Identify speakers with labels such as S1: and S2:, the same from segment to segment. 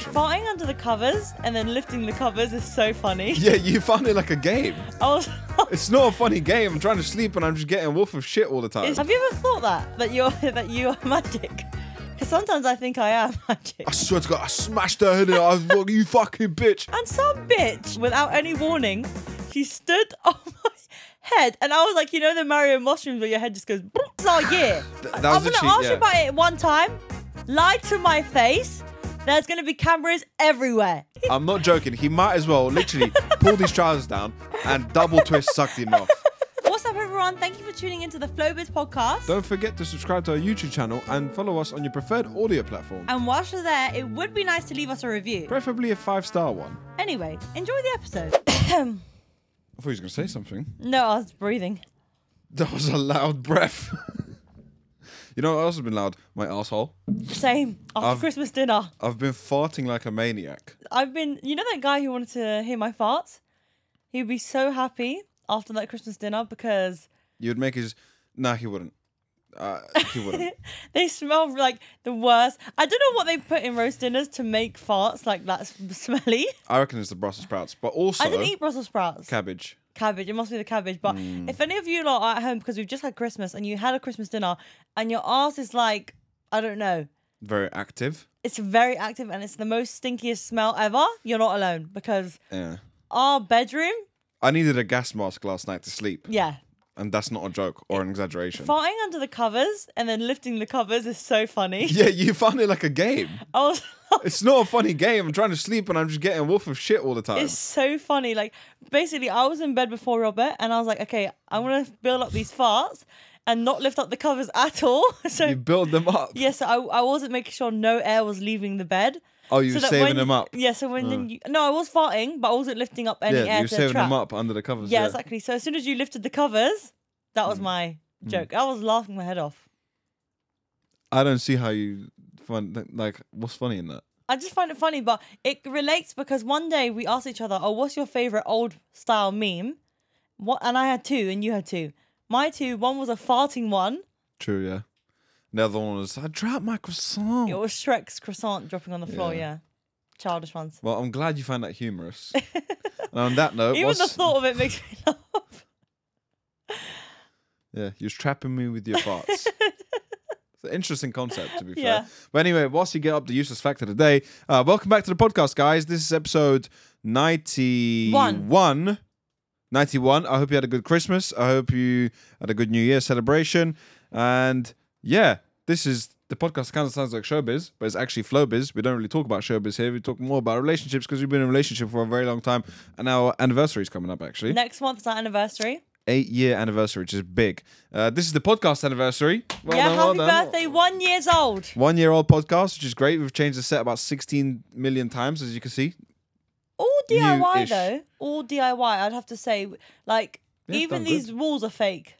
S1: farting under the covers and then lifting the covers is so funny.
S2: Yeah, you found it like a game.
S1: I was,
S2: It's not a funny game. I'm trying to sleep and I'm just getting wolf of shit all the time.
S1: have you ever thought that that you're that you are magic? Because sometimes I think I am magic.
S2: I swear to God, I smashed her head in. I was like, you fucking bitch.
S1: And some bitch, without any warning, she stood on my head, and I was like, you know, the Mario mushrooms where your head just goes. It's like, yeah. I'm
S2: that was
S1: gonna
S2: literally-
S1: ask
S2: yeah.
S1: you about it one time. Lie to my face. There's gonna be cameras everywhere.
S2: I'm not joking. He might as well literally pull these trousers down and double twist sucked him off.
S1: What's up, everyone? Thank you for tuning into the Flowbiz podcast.
S2: Don't forget to subscribe to our YouTube channel and follow us on your preferred audio platform,
S1: and whilst you're there, it would be nice to leave us a review.
S2: preferably a five star one.
S1: Anyway, enjoy the episode.
S2: I thought he was going to say something.
S1: no, I was breathing.
S2: That was a loud breath. you know what else has been loud? My asshole.
S1: Same. After
S2: I've-
S1: Christmas dinner,
S2: I've been farting like a maniac.
S1: I've been. You know that guy who wanted to hear my farts? He would be so happy after that Christmas dinner because
S2: You would make his. Nah, he wouldn't. Uh, he wouldn't.
S1: they smell like the worst. I don't know what they put in roast dinners to make farts like that s- smelly.
S2: I reckon it's the Brussels sprouts, but also
S1: I didn't eat Brussels sprouts.
S2: cabbage.
S1: cabbage. It must be the cabbage. But if any of you lot are at home because we've just had Christmas and you had a Christmas dinner and your ass is like, I don't know,
S2: Very active.
S1: it's very active and it's the most stinkiest smell ever, you're not alone because
S2: Yeah.
S1: our bedroom,
S2: I needed a gas mask last night to sleep,
S1: yeah.
S2: and that's not a joke or an exaggeration.
S1: Farting under the covers and then lifting the covers is so funny.
S2: yeah, you found it like a game.
S1: I was
S2: It's not a funny game. I'm trying to sleep and I'm just getting wolf of shit all the time.
S1: It's so funny. Like basically, I was in bed before Robert, and I was like, okay, I'm gonna build up these farts and not lift up the covers at all. So
S2: You build them up.
S1: yes, I, I wasn't making sure no air was leaving the bed.
S2: Oh, you
S1: So
S2: were
S1: that
S2: saving
S1: when-
S2: them up. Uh.
S1: Yeah. So when then you, no, I was farting, but I wasn't lifting up any
S2: Yeah,
S1: air
S2: you were
S1: to
S2: saving
S1: trap.
S2: them up under the covers.
S1: Yeah, exactly. So as soon as you lifted the covers, that was my joke. I was laughing my head off.
S2: I don't see how you find like what's funny in that.
S1: I just find it funny, but it relates because one day we asked each other, "Oh, what's your favorite old style meme?" What, and I had two, and you had two. My two, one was a farting one.
S2: True, yeah. The other one was I dropped my croissant.
S1: It was Shrek's croissant dropping on the floor. Yeah,
S2: Yeah.
S1: childish ones.
S2: Well, I'm glad you find that humorous. and on that note,
S1: Even
S2: what's-
S1: the thought of it makes me laugh.
S2: yeah, you're trapping me with your farts. it's an interesting concept, to be
S1: Yeah.
S2: fair. But anyway, whilst you get up the useless fact of the day, uh, welcome back to the podcast, guys. This is episode 91. 91. I hope you had a good Christmas. I hope you had a good New Year celebration. And yeah, this is the podcast kind of sounds like showbiz, but it's actually flowbiz. We don't really talk about showbiz here. We talk more about relationships because we've been in a relationship for a very long time. And our anniversary is coming up, actually
S1: Next month's our anniversary.
S2: eight year anniversary, which is big. Uh, this is the podcast anniversary. Well
S1: yeah,
S2: done, well
S1: happy
S2: done.
S1: birthday, one years old.
S2: One year old podcast, which is great. We've changed the set about 16 million times, as you can see.
S1: All DIY
S2: New-ish.
S1: though. All DIY. I'd have to say, like,
S2: Yeah,
S1: even
S2: done
S1: these walls are fake.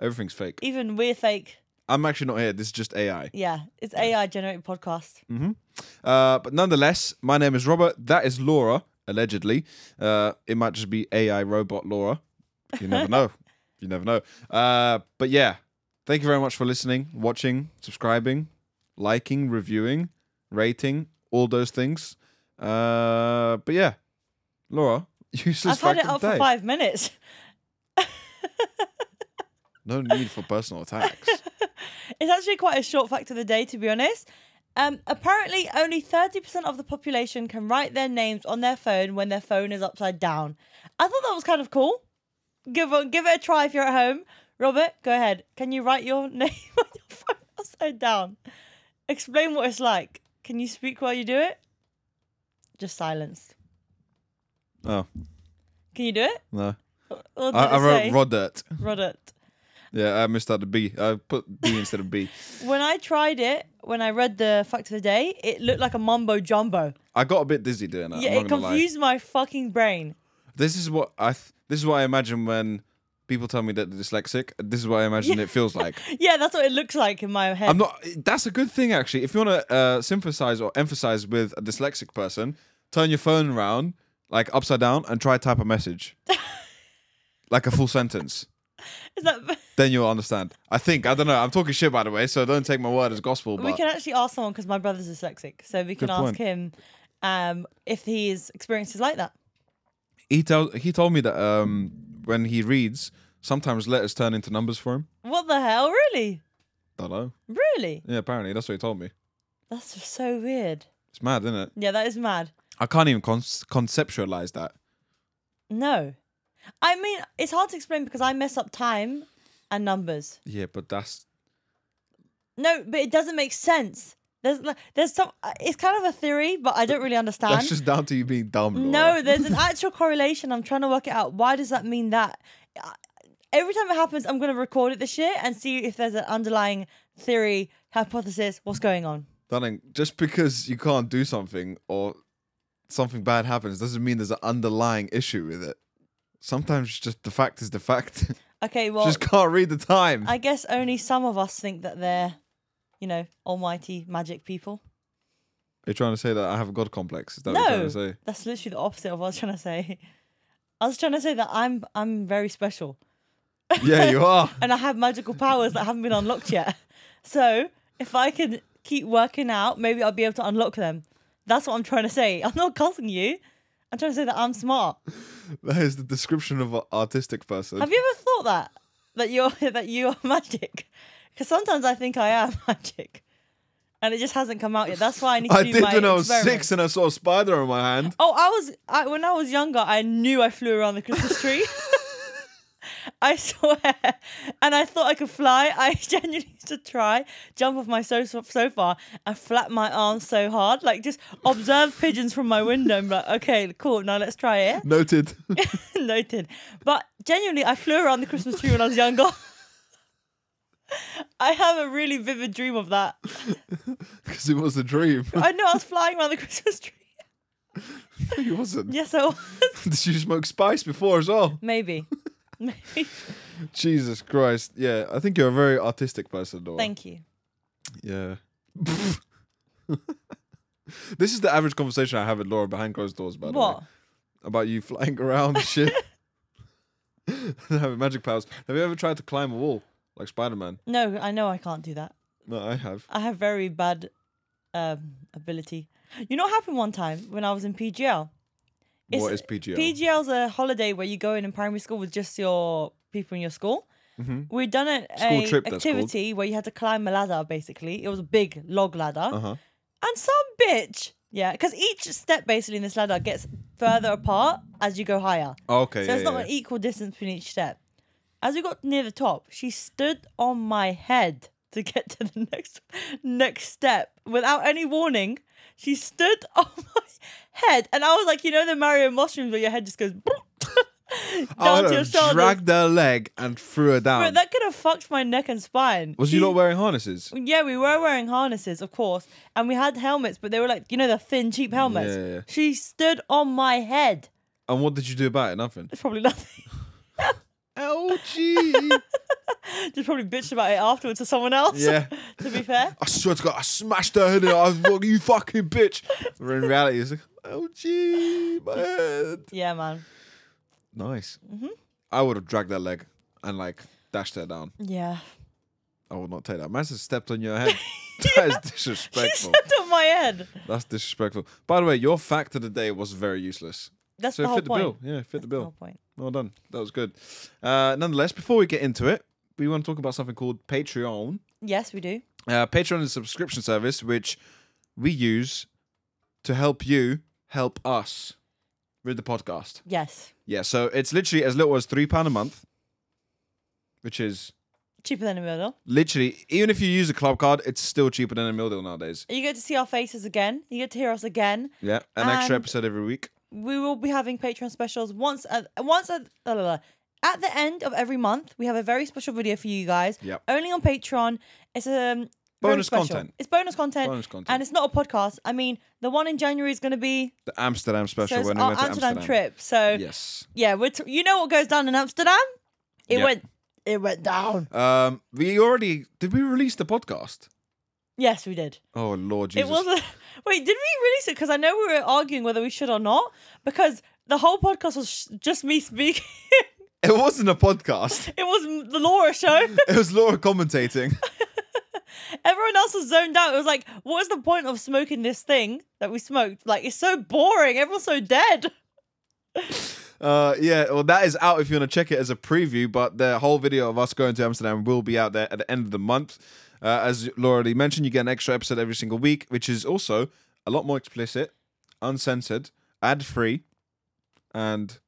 S2: Everything's fake.
S1: Even we're fake.
S2: I'm actually not here. This is just AI.
S1: Yeah, it's AI generated podcast.
S2: Mm. Uh, but nonetheless, my name is Robert. That is Laura, allegedly. Uh, it might just be AI robot Laura. You never know. You never know. Uh, but yeah, thank you very much for listening, watching, subscribing, liking, reviewing, rating, all those things. Uh, but yeah, Laura,
S1: I've
S2: useless
S1: had
S2: fact
S1: it
S2: of
S1: up
S2: the
S1: for
S2: day.
S1: five minutes.
S2: No need for personal attacks.
S1: It's actually quite a short fact of the day, to be honest. Um, apparently, only 30% of the population can write their names on their phone when their phone is upside down. I thought that was kind of cool. Give, a- give it a try if you're at home. Robert, go ahead. Can you write your name on your phone upside down? Explain what it's like. Can you speak while you do it? Just silence.
S2: oh
S1: Can you do it?
S2: no,
S1: What
S2: I,
S1: did
S2: I
S1: it
S2: wrote
S1: say?
S2: Rodert.
S1: Robert.
S2: Yeah, I missed out the B. I put B instead of B.
S1: When I tried it, when I read the fact of the day, it looked like a mumbo jumbo.
S2: I got a bit dizzy doing that.
S1: Yeah,
S2: I'm
S1: it
S2: not gonna lie.
S1: confused my fucking brain.
S2: This is what I. Th- this is what I imagine when people tell me that they're dyslexic. This is what I imagine it feels like.
S1: Yeah, that's what it looks like in my head.
S2: I'm not. That's a good thing actually. If you want to uh, sympathize or emphasize with a dyslexic person, turn your phone around like upside down and try type a message, like a full sentence.
S1: Is that,
S2: Then you'll understand. I think. I don't know. I'm talking shit by the way, so don't take my word as gospel. But
S1: we can actually ask someone because my brother's dyslexic, so we can
S2: Good
S1: ask
S2: point.
S1: him. um, if his experience is like that.
S2: He told he told me that um, when he reads, sometimes letters turn into numbers for him.
S1: What the hell? Really?
S2: Don't know.
S1: Really?
S2: Yeah, apparently that's what he told me.
S1: That's just so weird.
S2: It's mad, isn't it?
S1: Yeah, that is mad.
S2: I can't even con- conceptualize that.
S1: No. I mean, it's hard to explain because I mess up time and numbers.
S2: Yeah, but that's
S1: No, but it doesn't make sense. There's like, there's some. uh, It's kind of a theory, but I don't really understand.
S2: that's just down to you being dumb. Laura.
S1: no, there's an actual correlation. I'm trying to work it out. Why does that mean that? I- Every time it happens, I'm going to record it this year and see if there's an underlying theory, hypothesis, what's going on.
S2: darling. Just because you can't do something or something bad happens doesn't mean there's an underlying issue with it. Sometimes just the fact is the fact.
S1: Okay, well,
S2: just can't read the time.
S1: Oh. I guess only some of us think that they're, you know, almighty magic people.
S2: You're trying to say that I have a god complex. Is that what you're trying to say?
S1: that's literally the opposite of what I was trying to say. I was trying to say that I'm I'm very special
S2: Yeah, you are.
S1: and I have magical powers that haven't been unlocked yet. So if I can keep working out, maybe I'll be able to unlock them. That's what I'm trying to say. I'm not cussing you. I'm trying to say that I'm smart.
S2: That is the description of an artistic person.
S1: Have you ever thought that that you're that you are magic? Because sometimes I think I am magic, and it just hasn't come out yet. That's why I need to
S2: I
S1: do
S2: did
S1: my
S2: when I was
S1: experiment.
S2: six and I saw a spider on my hand.
S1: Oh, I was I, when I was younger. I knew I flew around the Christmas tree. I swear, and I thought I could fly. I genuinely used to try jump off my so sofa and flap my arms so hard, like just observe pigeons from my window. And be like, okay, cool. Now let's try it.
S2: Noted.
S1: Noted. But genuinely, I flew around the Christmas tree when I was younger. I have a really vivid dream of that.
S2: Because it was a dream.
S1: I know I was flying around the Christmas tree.
S2: it wasn't.
S1: Yes, I was.
S2: Did you smoke spice before as well?
S1: Maybe. Maybe.
S2: Jesus Christ. Yeah, I think you're a very artistic person, Laura.
S1: Thank you.
S2: Yeah. this is the average conversation I have with Laura behind closed doors, by the
S1: What?
S2: way. About you flying around and shit. Having magic powers. Have you ever tried to climb a wall like Spider Man?
S1: No, I know I can't do that.
S2: No, I have.
S1: I have very bad um, ability. You know what happened one time when I was in PGL? It's-
S2: what is PGL?
S1: PGL's a holiday where you go in in primary school with just your people in your school. We'd done an
S2: Mm-hmm. School
S1: a
S2: trip, that's called.
S1: activity where you had to climb a ladder, basically. It was a big log ladder.
S2: Uh-huh.
S1: And some bitch, yeah, because each step basically in this ladder gets further apart as you go higher.
S2: Oh, okay.
S1: So
S2: yeah,
S1: it's not
S2: yeah,
S1: an
S2: yeah.
S1: equal distance between each step. As we got near the top, she stood on my head to get to the next next step without any warning. She stood on my head, and I was like, you know, the Mario mushrooms where your head just goes down to
S2: I
S1: your shoulders.
S2: dragged their Oh, leg and threw
S1: Bro,
S2: her down.
S1: that could have fucked my neck and spine.
S2: Was you not wearing harnesses?
S1: Yeah, we were wearing harnesses, of course, and we had helmets, but they were like, you know, the thin, cheap helmets.
S2: Yeah, yeah, yeah.
S1: She stood on my head.
S2: And what did you do about it? Nothing.
S1: It's probably nothing.
S2: LG.
S1: Just probably bitched about it afterwards to someone else.
S2: yeah.
S1: to be fair.
S2: I swear to God, I smashed her head in. I was like, you fucking bitch. But in reality, it's like, LG, my head.
S1: Yeah, man.
S2: Nice.
S1: Mm-hmm.
S2: I would have dragged that leg and like dashed her down.
S1: Yeah.
S2: I would not take that. Man has stepped on your head. That is
S1: She
S2: disrespectful.
S1: stepped on my head.
S2: That's disrespectful. By the way, your fact of the day was very useless.
S1: That's
S2: So
S1: the
S2: it
S1: whole
S2: fit the
S1: point.
S2: bill. Yeah, fit the
S1: The whole
S2: bill.
S1: point.
S2: Well done. That was good. Uh, nonetheless, before we get into it, we want to talk about something called Patreon.
S1: Yes, we do.
S2: Uh, Patreon is a subscription service which we use to help you help us with the podcast.
S1: Yes.
S2: Yeah, so it's literally as little as £3 a month, which is
S1: Cheaper than a meal.
S2: literally, even if you use a club card, it's still cheaper than a meal deal nowadays.
S1: You get to see our faces again. You get to hear us again.
S2: Yeah, an extra
S1: And-
S2: episode every week.
S1: We will be having Patreon specials once at once at la, la, la. at the end of every month. We have a very special video for you guys.
S2: Yep.
S1: Only on Patreon. It's um very
S2: Bonus
S1: special.
S2: content.
S1: It's bonus content.
S2: Bonus content.
S1: And it's not a podcast. I mean, the one in January is going to be
S2: The Amsterdam
S1: so
S2: special
S1: it's
S2: when we
S1: our
S2: went to
S1: Amsterdam,
S2: Amsterdam.
S1: trip. So
S2: Yes.
S1: yeah, we're t- you know what goes down in Amsterdam? It
S2: Yep.
S1: went it went down.
S2: Um, we already did we release the podcast?
S1: Yes, we did.
S2: Oh Lord Jesus!
S1: It wasn't. Wait, did we release it? Because I know we were arguing whether we should or not. Because the whole podcast was sh- just me speaking.
S2: It wasn't a podcast.
S1: it was m- the Laura show.
S2: It was Laura commentating.
S1: Everyone else was zoned out. It was like, what is the point of smoking this thing that we smoked? Like, it's so boring. Everyone's so dead.
S2: Uh, yeah, well, that is out if you want to check it as a preview, but the whole video of us going to Amsterdam will be out there at the end of the month. Uh, as Laura already mentioned, you get an extra episode every single week, which is also a lot more explicit, uncensored, ad free, and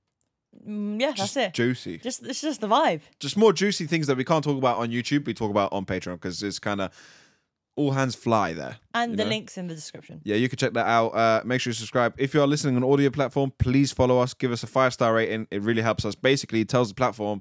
S1: Mm, yeah,
S2: just
S1: that's it.
S2: juicy.
S1: Just it's just the vibe.
S2: Just more juicy things that we can't talk about on YouTube, we talk about on Patreon because it's kind of all hands fly there.
S1: And
S2: you
S1: the
S2: know?
S1: links in the description.
S2: Yeah, you can check that out. Uh, make sure you subscribe. If you are listening on audio platform, please follow us. Give us a five star rating. It really helps us. Basically, it tells the platform,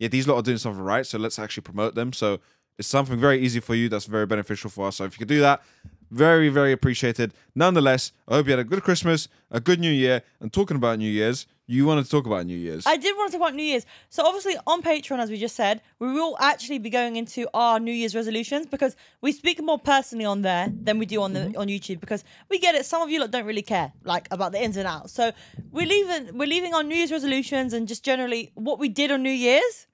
S2: yeah, these lot are doing something right. So let's actually promote them. So it's something very easy for you. That's very beneficial for us. So if you could do that, very very appreciated. Nonetheless, I hope you had a good Christmas, a good New Year. And talking about New Year's, you wanted to talk about New Year's.
S1: I did want to talk about New Year's. So obviously on Patreon, as we just said, we will actually be going into our New Year's resolutions because we speak more personally on there than we do on the on YouTube because we get it. Some of you lot don't really care like about the ins and outs. So we're leaving we're leaving our New Year's resolutions and just generally what we did on New Year's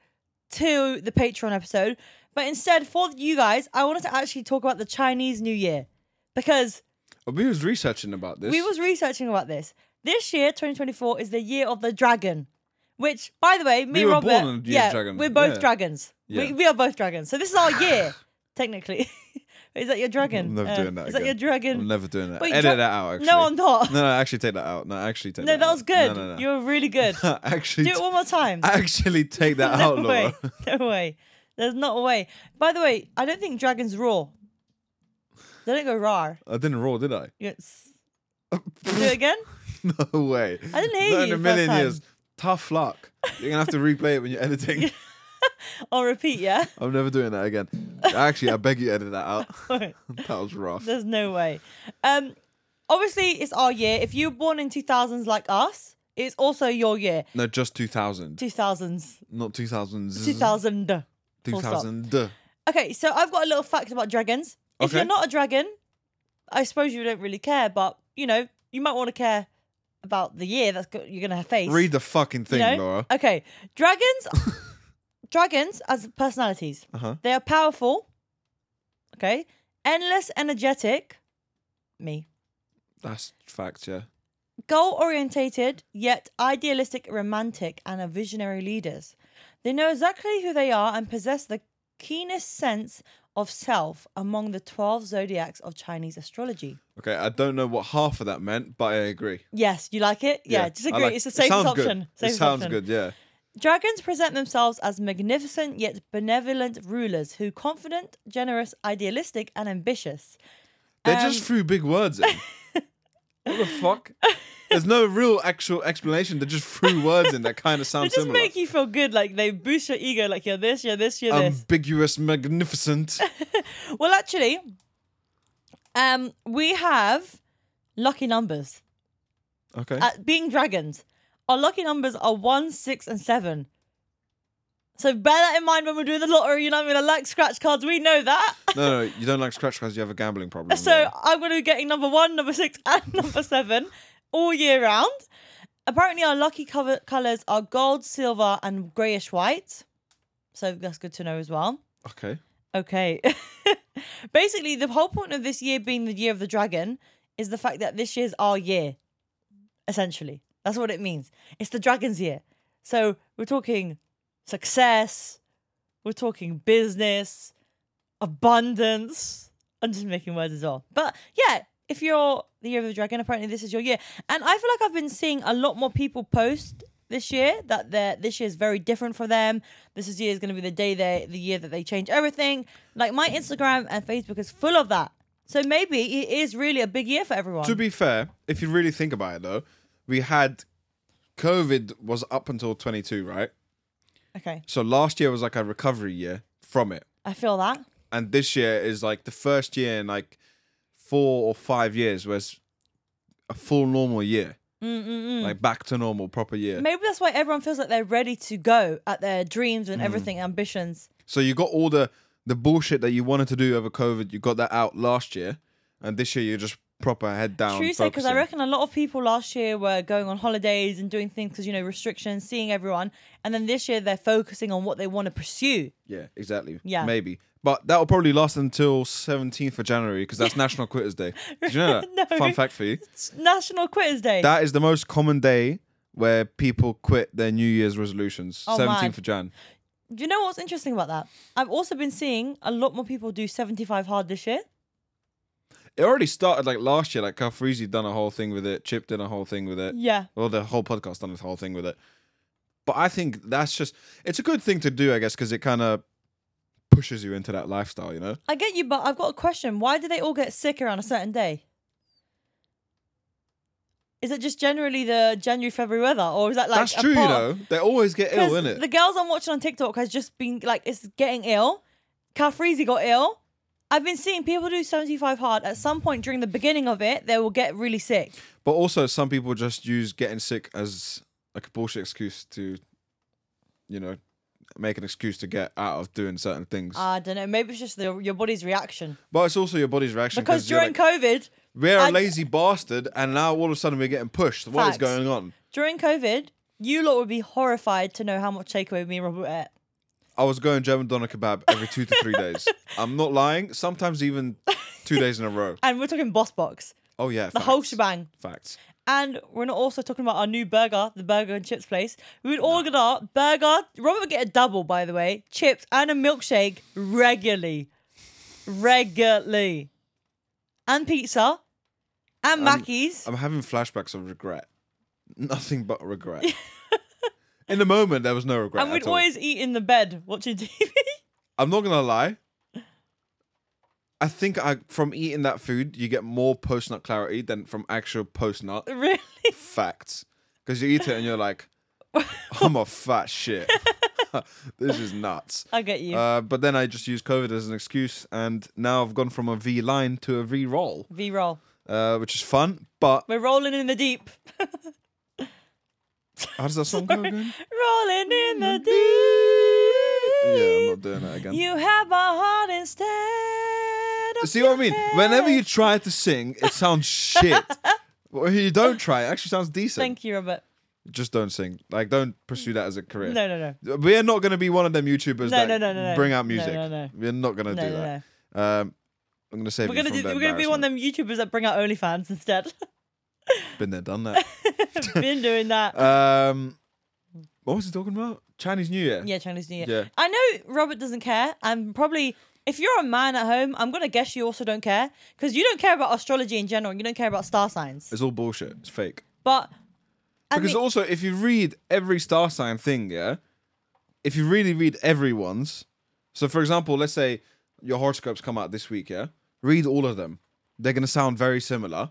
S1: to the Patreon episode. But instead, for you guys, I wanted to actually talk about the Chinese New Year because
S2: we was researching about this.
S1: we was researching about this. This year, 2024, is the year of the dragon. Which, by the way, me
S2: We
S1: and
S2: were
S1: Robert,
S2: born on the year of
S1: yeah,
S2: dragon.
S1: we're both
S2: Yeah.
S1: dragons. We,
S2: Yeah.
S1: we are both dragons. So this is our year, technically. is that your dragon?
S2: I'm never
S1: Uh,
S2: doing that
S1: Is that
S2: again.
S1: your
S2: I'm
S1: dragon?
S2: never doing that.
S1: Wait,
S2: Edit
S1: dra-
S2: that out. Actually.
S1: No, I'm not.
S2: No, no, actually take that out. No, actually take
S1: No,
S2: that.
S1: that
S2: out.
S1: was good.
S2: No, no, no.
S1: You were really good.
S2: actually,
S1: Do it one more time.
S2: actually take that out,
S1: no
S2: Laura.
S1: way. No way. There's not a way. By the way, I don't think dragons roar. They don't go rar.
S2: I didn't roar, did I?
S1: It's... Do it again?
S2: No way.
S1: I didn't hear
S2: Not
S1: you
S2: in a
S1: the first
S2: million
S1: time.
S2: years. Tough luck. You're gonna have to replay it when you're editing.
S1: I'll repeat, yeah?
S2: I'm never doing that again. Actually, I beg you edit that out.
S1: Alright.
S2: That was rough.
S1: There's no way. Um, obviously, it's our year. If you were born in 2000s like us, it's also your year.
S2: No, just 2000,
S1: 2000s.
S2: not 2000s.
S1: 2000. full stop.
S2: 2000. duh.
S1: Okay, so I've got a little fact about dragons. If
S2: Okay.
S1: you're not a dragon, I suppose you don't really care, but you know, you might want to care about the year that's go- you're going to face.
S2: Read the fucking thing,
S1: you know?
S2: Laura.
S1: Okay, dragons, dragons as personalities,
S2: Uh-huh.
S1: they are powerful. Okay, endless, energetic. Me.
S2: That's fact, yeah.
S1: Goal orientated, yet idealistic, romantic, and are visionary leaders. They know exactly who they are and possess the keenest sense of self among the 12 zodiacs of Chinese astrology.
S2: Okay, I don't know what half of that meant, but I agree.
S1: Yes, you like it? Yeah,
S2: I
S1: just agree.
S2: like-
S1: it's the
S2: it
S1: safest
S2: sounds good.
S1: option.
S2: It
S1: Safest
S2: sounds
S1: option.
S2: good, yeah.
S1: Dragons present themselves as magnificent yet benevolent rulers who confident, generous, idealistic, and ambitious.
S2: They
S1: Um,
S2: just threw big words in. what the fuck? There's no real actual explanation. They just threw words in that kind of
S1: They
S2: sound
S1: just
S2: similar.
S1: make you feel good, like they boost your ego, like you're this, you're this,
S2: Um,
S1: you're this.
S2: Ambiguous, magnificent.
S1: Well, actually, um, we have lucky numbers.
S2: Okay.
S1: Uh, being dragons, our lucky numbers are one, six, and seven. So bear that in mind when we're doing the lottery. You know what I mean? I like scratch cards. We know that.
S2: no, no, you don't like scratch cards. You have a gambling problem.
S1: So I'm going to be getting number one, number six, and number seven all year round. Apparently, our lucky cover- colors are gold, silver, and grayish white. So that's good to know as well.
S2: okay.
S1: Okay. Basically, the whole point of this year being the year of the dragon is the fact that this year's our year, essentially. That's what it means. It's the dragon's year. So we're talking success, we're talking business, abundance. I'm just making words as well. But yeah, if you're the year of the dragon, apparently this is your year. And I feel like I've been seeing a lot more people post this year that their this year is very different for them. This is year is going to be the day they the year that they change everything. Like my Instagram and Facebook is full of that. So maybe it is really a big year for everyone.
S2: To be fair, if you really think about it, though, we had COVID was up until 22, right?
S1: okay,
S2: So last year was like a recovery year from it.
S1: I feel that.
S2: and this year is like the first year in like four or five years where it's a full normal year,
S1: Mm,
S2: Mm-mm-mm. like back to normal, proper year.
S1: Maybe that's why everyone feels like they're ready to go at their dreams
S2: Hmm.
S1: and everything, ambitions.
S2: So you got all the the bullshit that you wanted to do over COVID, you got that out last year, and this year you're just proper head down.
S1: True say, because I
S2: focusing.
S1: reckon a lot of people last year were going on holidays and doing things because, you know, restrictions, seeing everyone. And then this year they're focusing on what they want to pursue.
S2: Yeah, exactly.
S1: Yeah.
S2: maybe. But that will probably last until 17th of January because that's National Quitters Day. Did you know that?
S1: No.
S2: Fun fact for you.
S1: It's National Quitters Day.
S2: That is the most common day where people quit their New Year's resolutions.
S1: Oh,
S2: 17th
S1: mad.
S2: of Jan.
S1: do you know what's interesting about that? I've also been seeing a lot more people do 75 hard this year.
S2: It already started like last year. Like Carfreezy done a whole thing with it. Chip did a whole thing with it.
S1: Yeah.
S2: Well, the whole podcast done a whole thing with it. But I think that's just, it's a good thing to do, I guess, because it kind of pushes you into that lifestyle, you know?
S1: I get you, but I've got a question. Why do they all get sick around a certain day? Is it just generally the January, February weather? Or is that like.
S2: that's
S1: a
S2: true, you
S1: part of-
S2: know? They always get ill,
S1: Because
S2: innit?
S1: The girls I'm watching on TikTok has just been like, it's getting ill. Cafrizi got ill. I've been seeing people do 75 hard. At some point during the beginning of it, they will get really sick.
S2: But also, some people just use getting sick as like a bullshit excuse to, you know, make an excuse to get out of doing certain things.
S1: I don't know. Maybe it's just the, your body's reaction.
S2: but it's also your body's reaction
S1: Because
S2: because you're
S1: during
S2: like,
S1: COVID,
S2: we're a
S1: I-
S2: lazy bastard, and now all of a sudden we're getting pushed. What is
S1: Facts.
S2: going on?
S1: during COVID, you lot would be horrified to know how much takeaway me and Robert ate.
S2: I was going German doner kebab every two to three days. I'm not lying. Sometimes even two days in a row.
S1: And we're talking Boss Box,
S2: Oh yeah,
S1: the whole shebang.
S2: Facts.
S1: And we're not also talking about our new burger, the burger and chips place. We would all get our burger. Robert would get a double, by the way, chips and a milkshake regularly, regularly, and pizza, and Mackey's.
S2: Um, I'm having flashbacks of regret. Nothing but regret. in the moment, there was no regret.
S1: and we'd
S2: at all.
S1: always eat in the bed watching TV.
S2: I'm not gonna lie. I think I from eating that food you get more post nut clarity than from actual post nut
S1: really?
S2: facts because you eat it and you're like, I'm a fat shit. this is nuts.
S1: I get you.
S2: Uh, but then I just used COVID as an excuse, and now I've gone from a V line to a V roll,
S1: V roll.
S2: uh, which is fun. But
S1: We're rolling in the deep.
S2: how does that song go again?
S1: rolling in the deep.
S2: Yeah, I'm not doing that again.
S1: You have my heart instead. Of
S2: See what I mean?
S1: your
S2: Whenever
S1: head.
S2: you try to sing, it sounds shit. But when you don't try, it actually sounds decent.
S1: Thank you, Robert.
S2: just don't sing. Like, don't pursue that as a career.
S1: No, no, no.
S2: We're not going to be one of them YouTubers
S1: No,
S2: that
S1: no, no, no, no.
S2: bring out
S1: No,
S2: music.
S1: no, no.
S2: We're not going to
S1: No,
S2: do
S1: no,
S2: that.
S1: no.
S2: Um, I'm going to save
S1: We're
S2: you
S1: gonna
S2: from
S1: do,
S2: that
S1: we're gonna be one of them YouTubers that bring out OnlyFans instead.
S2: embarrassment. Been there, done that.
S1: Been doing that.
S2: um, what was he talking about? Chinese New Year.
S1: yeah, Chinese New Year.
S2: Yeah.
S1: I know Robert doesn't care, and probably if you're a man at home, I'm gonna guess you also don't care because you don't care about astrology in general. You don't care about star signs,
S2: It's all bullshit. It's fake.
S1: but I
S2: Because
S1: mean,
S2: also, if you read every star sign thing, yeah, if you really read everyone's, so for example, let's say your horoscopes come out this week, yeah, read all of them. They're gonna sound very similar,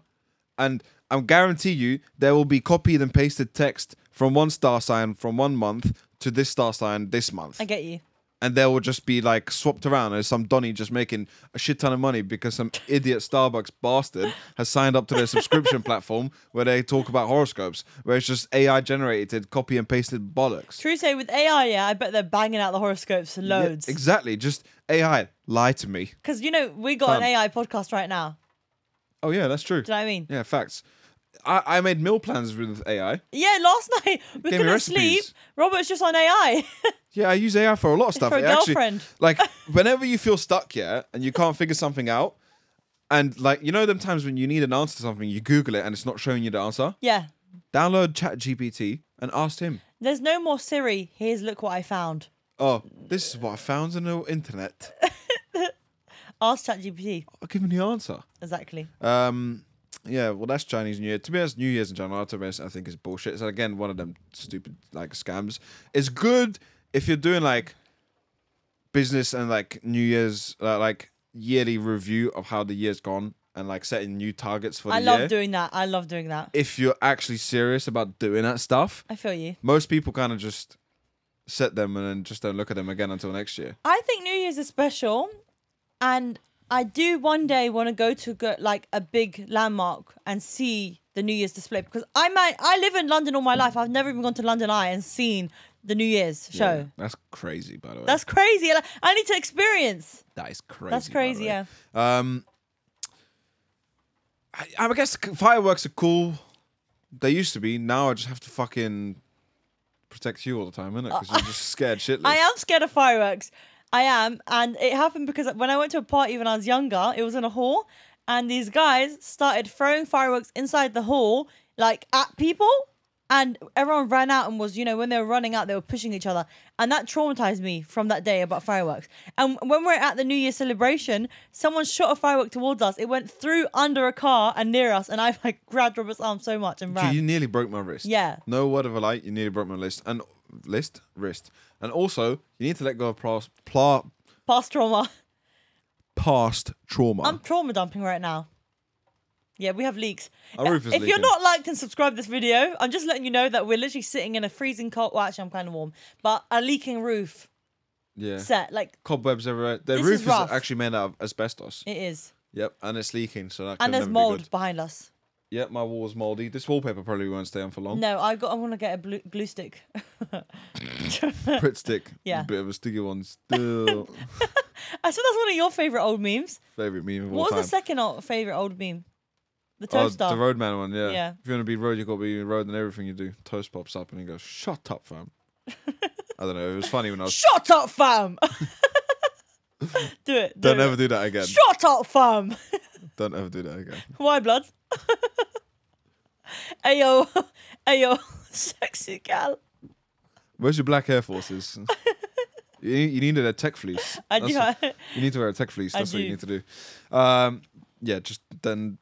S2: and I guarantee you there will be copied and pasted text from one star sign from one month to this star sign this month,
S1: I get you.
S2: and they will just be like swapped around. There's some Donny just making a shit ton of money because some idiot Starbucks bastard has signed up to their subscription platform where they talk about horoscopes, where it's just AI generated, copy and pasted bollocks.
S1: True say with AI, yeah, I bet they're banging out the horoscopes
S2: Yeah,
S1: loads because
S2: exactly. Just AI lie to me.
S1: you know we got an AI podcast right now.
S2: Oh yeah, that's true.
S1: Do you know what I mean?
S2: Yeah, facts. I, I made meal plans with AI.
S1: Yeah, last night we
S2: Gave me
S1: couldn't
S2: recipes.
S1: sleep. Robert's just on AI.
S2: Yeah, I use AI for a lot of stuff.
S1: For a
S2: It actually-
S1: girlfriend.
S2: like whenever you feel stuck, yeah, and you can't figure something out, and like you know them times when you need an answer to something, you Google it and it's not showing you the answer.
S1: yeah.
S2: Download ChatGPT and ask him.
S1: There's no more Siri. Here's look what I found.
S2: Oh, this is what I found on the internet.
S1: Ask ChatGPT.
S2: I'll give him the answer.
S1: Exactly.
S2: Um, yeah, well, that's Chinese New Year. To be honest, New Year's in China, to be honest, I think is bullshit. It's again one of them stupid like scams. It's good if you're doing like business and like New Year's uh, like yearly review of how the year's gone and like setting new targets for the
S1: I love
S2: year.
S1: doing that. I love doing that.
S2: if you're actually serious about doing that stuff,
S1: I feel you.
S2: most people kind of just set them and then just don't look at them again until next year.
S1: I think New Year's is special, and I do one day want to go to go, like a big landmark and see the New Year's display because I might I live in London all my life. I've never even gone to London Eye and seen the New Year's show.
S2: Yeah, that's crazy, by the way.
S1: That's crazy. Like, I need to experience.
S2: that is crazy.
S1: That's
S2: by the
S1: crazy.
S2: way.
S1: Yeah.
S2: Um, I, I guess fireworks are cool. They used to be. Now I just have to fucking protect you all the time, innit? Because you're just scared shitless.
S1: Uh, I am scared of fireworks. I am, and it happened because when I went to a party when I was younger, it was in a hall, and these guys started throwing fireworks inside the hall, like at people, and everyone ran out and was, you know, when they were running out, they were pushing each other, and that traumatized me from that day about fireworks. And when we were at the New Year celebration, someone shot a firework towards us. It went through under a car and near us, and I like grabbed Robert's arm so much and
S2: Dude,
S1: ran.
S2: you nearly broke my wrist.
S1: Yeah.
S2: No word of a lie, you nearly broke my wrist. And list wrist. And also, you need to let go of past pla-
S1: Past trauma.
S2: past trauma.
S1: I'm trauma dumping right now. Yeah, we have leaks.
S2: Our roof is
S1: if you're
S2: leaking.
S1: not liked and subscribed to this video, I'm just letting you know that we're literally sitting in a freezing cold. Well, actually, I'm kind of warm, but a leaking roof
S2: yeah.
S1: set. Like
S2: Cobwebs everywhere. The
S1: This is
S2: roof is,
S1: rough.
S2: actually made out of asbestos.
S1: it is,
S2: Yep, and it's leaking, so that could
S1: and
S2: never
S1: there's
S2: be
S1: mold
S2: good.
S1: behind us.
S2: Yep, my wall's moldy. This wallpaper probably won't stay on for long.
S1: No, I got. I want to get a blue, glue stick.
S2: Prit stick.
S1: Yeah.
S2: Bit of a sticky one. Still
S1: I said that's one of your favorite old memes.
S2: favorite meme of all
S1: What
S2: time.
S1: was the second old, favorite old meme? The
S2: Oh,
S1: toaster.
S2: the roadman one, yeah.
S1: Yeah.
S2: If you want to be road, you got to be road and everything you do. Toast pops up and he goes, "Shut up, fam." I don't know. It was funny when I was.
S1: Shut up, fam. do it. Do
S2: Don't
S1: it.
S2: ever do that again.
S1: Shut up, fam.
S2: Don't ever do that again.
S1: Why, blood? ayo, ayo, sexy gal.
S2: Where's your black Air Forces? you, you needed a tech fleece.
S1: I
S2: That's
S1: do.
S2: what- you need to wear a tech fleece.
S1: I
S2: That's what you
S1: do.
S2: need to do. Um, yeah, just then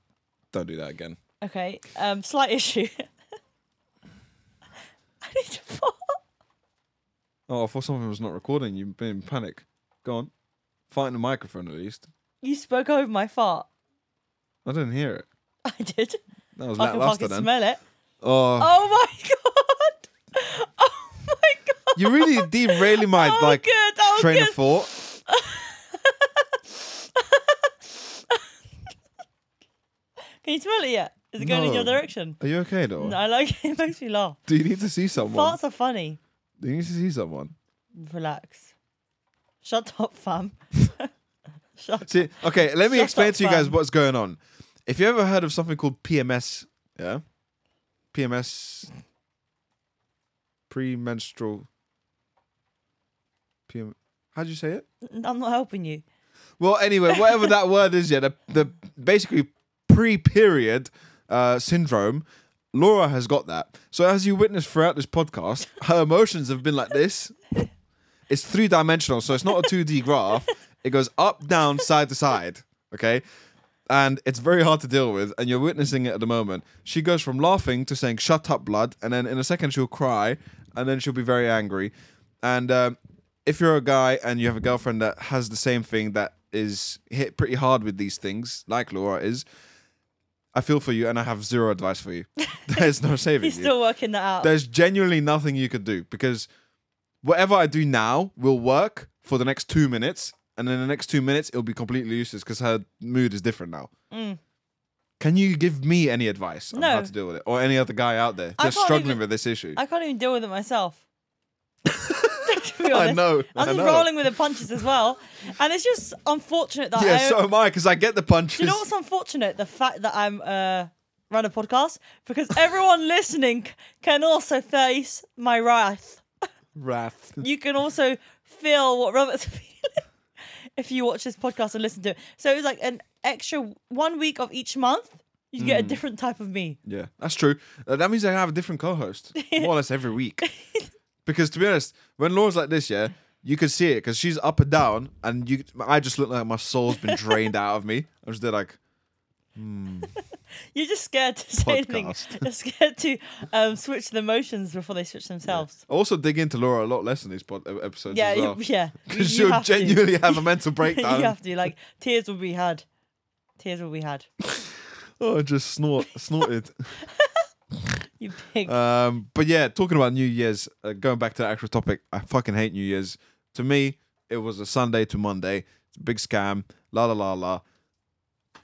S2: don't do that again.
S1: okay, um, slight issue. I need to fart.
S2: Oh, I thought something was not recording. You've been in panic. Go on. Find the microphone at least.
S1: You spoke over my fart.
S2: I didn't hear it.
S1: I did.
S2: That was
S1: I can fucking
S2: lackluster then.
S1: smell it.
S2: oh,
S1: Oh my god. Oh my god.
S2: you really derailing my
S1: Oh,
S2: like
S1: good. Oh,
S2: train
S1: good.
S2: of thought.
S1: Can you smell it yet? Is it going in your
S2: No.
S1: direction?
S2: Are you okay though?
S1: No, I like it. It makes me laugh.
S2: Do you need to see someone?
S1: Farts are funny.
S2: Do you need to see someone?
S1: Relax. Shut up, fam. Shut up.
S2: See, okay, let me
S1: Shut
S2: explain
S1: up,
S2: to you guys
S1: fam.
S2: what's going on. If you ever heard of something called PMS, yeah, PMS, premenstrual, PM. How'd you say it?
S1: I'm not helping you.
S2: Well, anyway, whatever that word is, yeah, the, the basically pre-period uh, syndrome. Laura has got that. So as you witnessed throughout this podcast, her emotions have been like this. It's three dimensional, so it's not a two D graph. It goes up, down, side to side. Okay. And it's very hard to deal with, and you're witnessing it at the moment. She goes from laughing to saying "shut up, blood," and then in a second she'll cry, and then she'll be very angry. And um, if you're a guy and you have a girlfriend that has the same thing that is hit pretty hard with these things, like Laura is, I feel for you, and I have zero advice for you. There's no saving
S1: He's
S2: you
S1: still working that out.
S2: there's genuinely nothing you could do because whatever I do now will work for the next two minutes, and in the next two minutes it'll be completely useless because her mood is different now. Can you give me any advice on how
S1: Mm. No.
S2: to deal with it, or any other guy out there
S1: I
S2: that's
S1: can't
S2: struggling
S1: even-
S2: with this issue?
S1: I can't even deal with it myself. to be
S2: I
S1: honest.
S2: know,
S1: I'm
S2: I
S1: just
S2: know.
S1: rolling with the punches as well. And it's just unfortunate that
S2: yeah,
S1: I.
S2: so am I because I get the punches.
S1: do you know what's unfortunate? The fact that I'm uh, run a podcast because everyone listening can also face my wrath.
S2: Wrath.
S1: You can also feel what Robert's feeling if you watch this podcast and listen to it. So it was like an extra one week of each month. You get a
S2: Hmm.
S1: different type of me.
S2: Yeah, that's true. Uh, that means I have a different co-host more or less every week. Because to be honest, when Laura's like this, yeah, you can see it because she's up and down, and you, I just look like my soul's been drained out of me. I'm just there like,
S1: You're just scared to say anything.
S2: Podcast.
S1: You're scared to um, switch the emotions before they switch themselves.
S2: I also dig into Laura a lot less in these pod- uh, episodes
S1: Yeah,
S2: as
S1: you-
S2: well.
S1: yeah. You-
S2: Because
S1: you
S2: she'll
S1: have to.
S2: genuinely have a mental
S1: you
S2: breakdown.
S1: have to. Like tears will be had. Tears will be had.
S2: Oh, I just snort, snorted.
S1: You pig.
S2: Um, but yeah, talking about New Year's, uh, going back to the actual topic, I fucking hate New Year's. To me, it was a Sunday to Monday. It's a big scam. La la la la.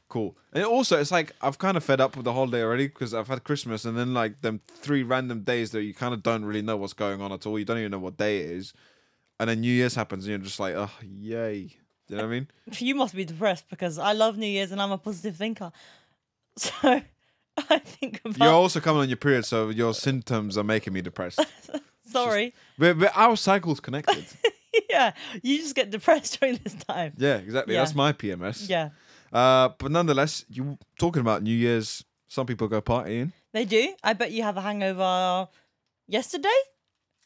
S2: Cool. And also, it's like I've kind of fed up with the holiday already because I've had Christmas and then like them three random days that you kind of don't really know what's going on at all. You don't even know what day it is. And then New Year's happens and you're just like, oh, yay. Do you know what I mean?
S1: you must be depressed because I love New Year's and I'm a positive thinker. So I think about.
S2: You're also coming on your period, so your symptoms are making me depressed.
S1: sorry.
S2: we're, we're, our cycle's connected.
S1: yeah, you just get depressed during this time.
S2: yeah, exactly.
S1: Yeah.
S2: That's my PMS.
S1: Yeah,
S2: Uh, but nonetheless, you talking about New Year's. Some people go partying.
S1: they do. I bet you have a hangover yesterday.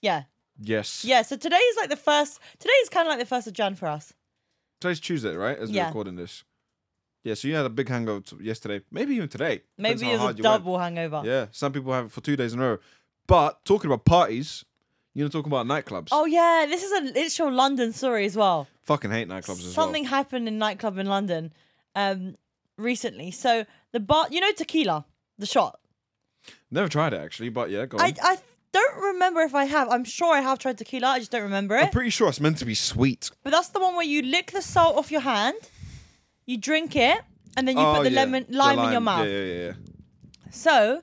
S1: Yeah,
S2: Yes.
S1: yeah. So today is like the first. Today is kind of like the first of Jan for us.
S2: Today's Tuesday, right? As
S1: Yeah.
S2: we're recording this. Yeah, so you had a big hangover t- yesterday, maybe even today. Depends
S1: Maybe
S2: how
S1: it was a
S2: hard you went.
S1: double hangover.
S2: Yeah, some people have it for two days in a row. But talking about parties, you know, talking about nightclubs.
S1: Oh yeah, this is a literal London story as well.
S2: Fucking hate nightclubs as
S1: Something happened in nightclub in London um recently. So the bar, you know, tequila, the shot.
S2: well. Never tried it actually, but yeah, go on.
S1: I I don't remember if I have. I'm sure I have tried tequila. I just don't remember
S2: I'm
S1: it.
S2: pretty sure it's meant to be sweet.
S1: But that's the one where you lick the salt off your hand, you drink it, and then you
S2: Oh,
S1: put the
S2: yeah,
S1: lemon
S2: the
S1: lime, in your mouth.
S2: Yeah, yeah, yeah.
S1: So,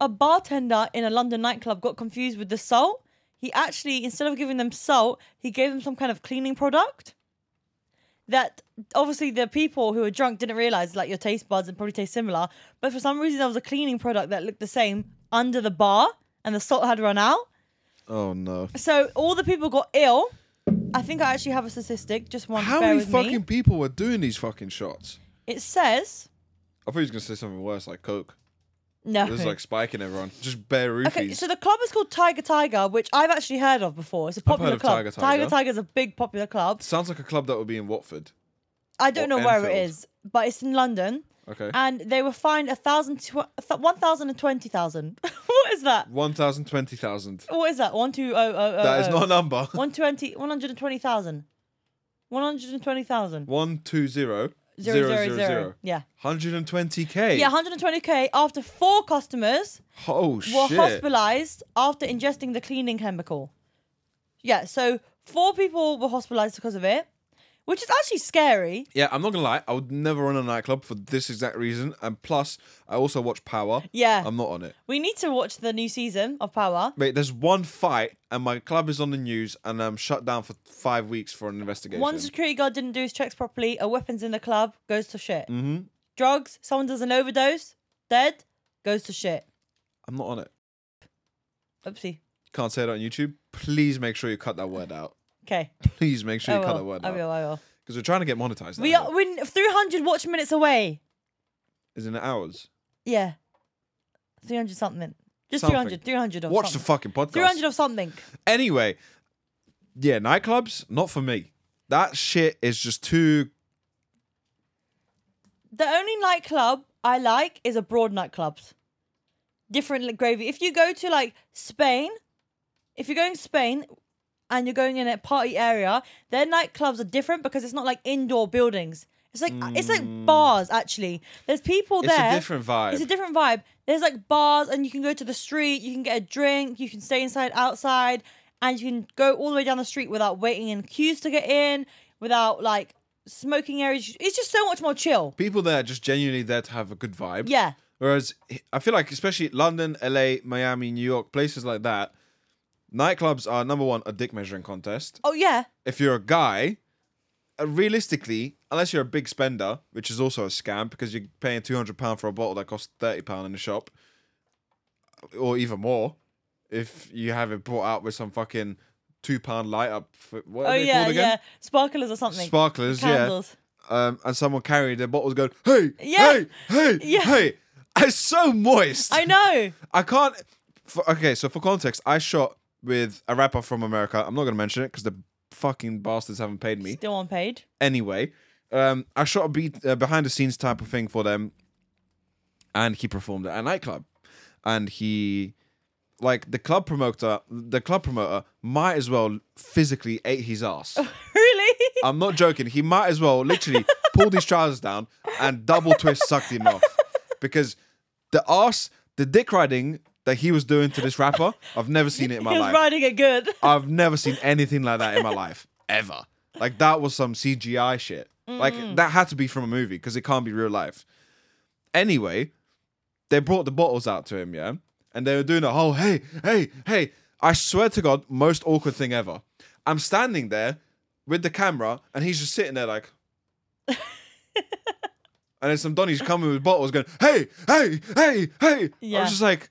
S1: a bartender in a London nightclub got confused with the salt. He actually, instead of giving them salt, he gave them some kind of cleaning product that obviously the people who were drunk didn't realize, like your taste buds and probably taste similar. But for some reason, there was a cleaning product that looked the same under the bar and the salt had run out.
S2: Oh no.
S1: So, all the people got ill. I think I actually have a statistic, just one.
S2: How
S1: bear
S2: many
S1: with
S2: fucking
S1: Me.
S2: people were doing these fucking shots?
S1: It says.
S2: I thought he was gonna say something worse, like Coke.
S1: No.
S2: It was like spiking everyone, just bare roofies.
S1: Okay, so the club is called Tiger Tiger, which I've actually heard of before. It's a popular
S2: heard of
S1: club.
S2: Tiger
S1: Tiger
S2: Tiger.
S1: Tiger's a big popular club.
S2: Sounds like a club that would be in Watford.
S1: I don't
S2: Or
S1: know where it
S2: Enfield.
S1: is, but it's in London.
S2: Okay.
S1: And they were fined a thousand, tw- one thousand and twenty thousand. what is that?
S2: One thousand, twenty thousand.
S1: What is that? One two oh oh oh.
S2: That is not a number.
S1: one twenty. One hundred and twenty thousand. One hundred and twenty thousand.
S2: One two zero
S1: Zero zero zero. Yeah.
S2: Hundred and twenty k.
S1: Yeah, 120k after four customers
S2: Oh
S1: were
S2: shit.
S1: hospitalized after ingesting the cleaning chemical. Yeah, so four people were hospitalized because of it, which is actually scary.
S2: Yeah, I'm not gonna lie. I would never run a nightclub for this exact reason. And plus, I also watch Power.
S1: Yeah.
S2: I'm not on it.
S1: We need to watch the new season of Power.
S2: Wait, there's one fight, and my club is on the news, and I'm shut down for five weeks for an investigation.
S1: One security guard didn't do his checks properly, a weapon's in the club, goes to shit. Mm-hmm. Drugs, someone does an overdose, dead, goes to shit.
S2: I'm not on it.
S1: Oopsie.
S2: Can't say it on YouTube. Please make sure you cut that word out.
S1: Okay. Oh,
S2: Please make sure
S1: I
S2: you cut that
S1: will.
S2: word Oh,
S1: I
S2: out.
S1: will. I will.
S2: Because we're trying to get monetized.
S1: We are we're 300 watch minutes away.
S2: Is in hours.
S1: Yeah. 300 something. Just
S2: Something.
S1: 300. 300 of
S2: Watch
S1: something.
S2: the fucking podcast.
S1: 300 of something.
S2: Anyway, yeah, nightclubs not for me. That shit is just too.
S1: The only nightclub I like is abroad nightclubs. Different li- gravy. If you go to like Spain, if you're going to Spain and you're going in a party area, their nightclubs are different because it's not like indoor buildings. It's like uh, it's like bars actually. There's people
S2: Mm. It's
S1: there.
S2: a different vibe.
S1: It's a different vibe. There's like bars, and you can go to the street, you can get a drink, you can stay inside, outside, and you can go all the way down the street without waiting in queues to get in, without like smoking areas. It's just so much more chill.
S2: People there are just genuinely there to have a good vibe.
S1: Yeah.
S2: Whereas I feel like, especially London, LA, Miami, New York, places like that, nightclubs are number one a dick measuring contest.
S1: Oh, yeah.
S2: If you're a guy, uh, realistically, unless you're a big spender, which is also a scam because you're paying two hundred pound for a bottle that costs thirty pound in the shop, or even more, if you have it brought out with some fucking two pound light up. For, what are
S1: Oh,
S2: they
S1: yeah,
S2: called
S1: yeah.
S2: again?
S1: Sparklers or something.
S2: Sparklers, yeah
S1: Candles.
S2: um, and someone carried their bottles going, hey,
S1: Yeah.
S2: hey, hey,
S1: Yeah.
S2: hey. It's so moist.
S1: I know.
S2: I can't. For, okay, so for context, I shot with a rapper from America. I'm not going to mention it because the fucking bastards haven't paid me.
S1: Still on paid.
S2: Anyway, um, I shot a beat, uh, behind the scenes type of thing for them. And he performed at a nightclub. And he. Like the club promoter, the club promoter might as well physically ate his ass.
S1: really?
S2: I'm not joking. He might as well literally pulled his trousers down and double twist sucked him off because the ass, the dick riding that he was doing to this rapper, I've never seen it in
S1: he
S2: my
S1: was
S2: life.
S1: riding it good.
S2: I've never seen anything like that in my life ever. Like that was some CGI shit. Like that had to be from a movie because it can't be real life. Anyway, they brought the bottles out to him, yeah, and they were doing the whole hey, hey, hey. I swear to God, most awkward thing ever. I'm standing there with the camera, and he's just sitting there like. And then some Donnies coming with bottles going, hey, hey, hey, hey. I
S1: Yeah.
S2: was just like,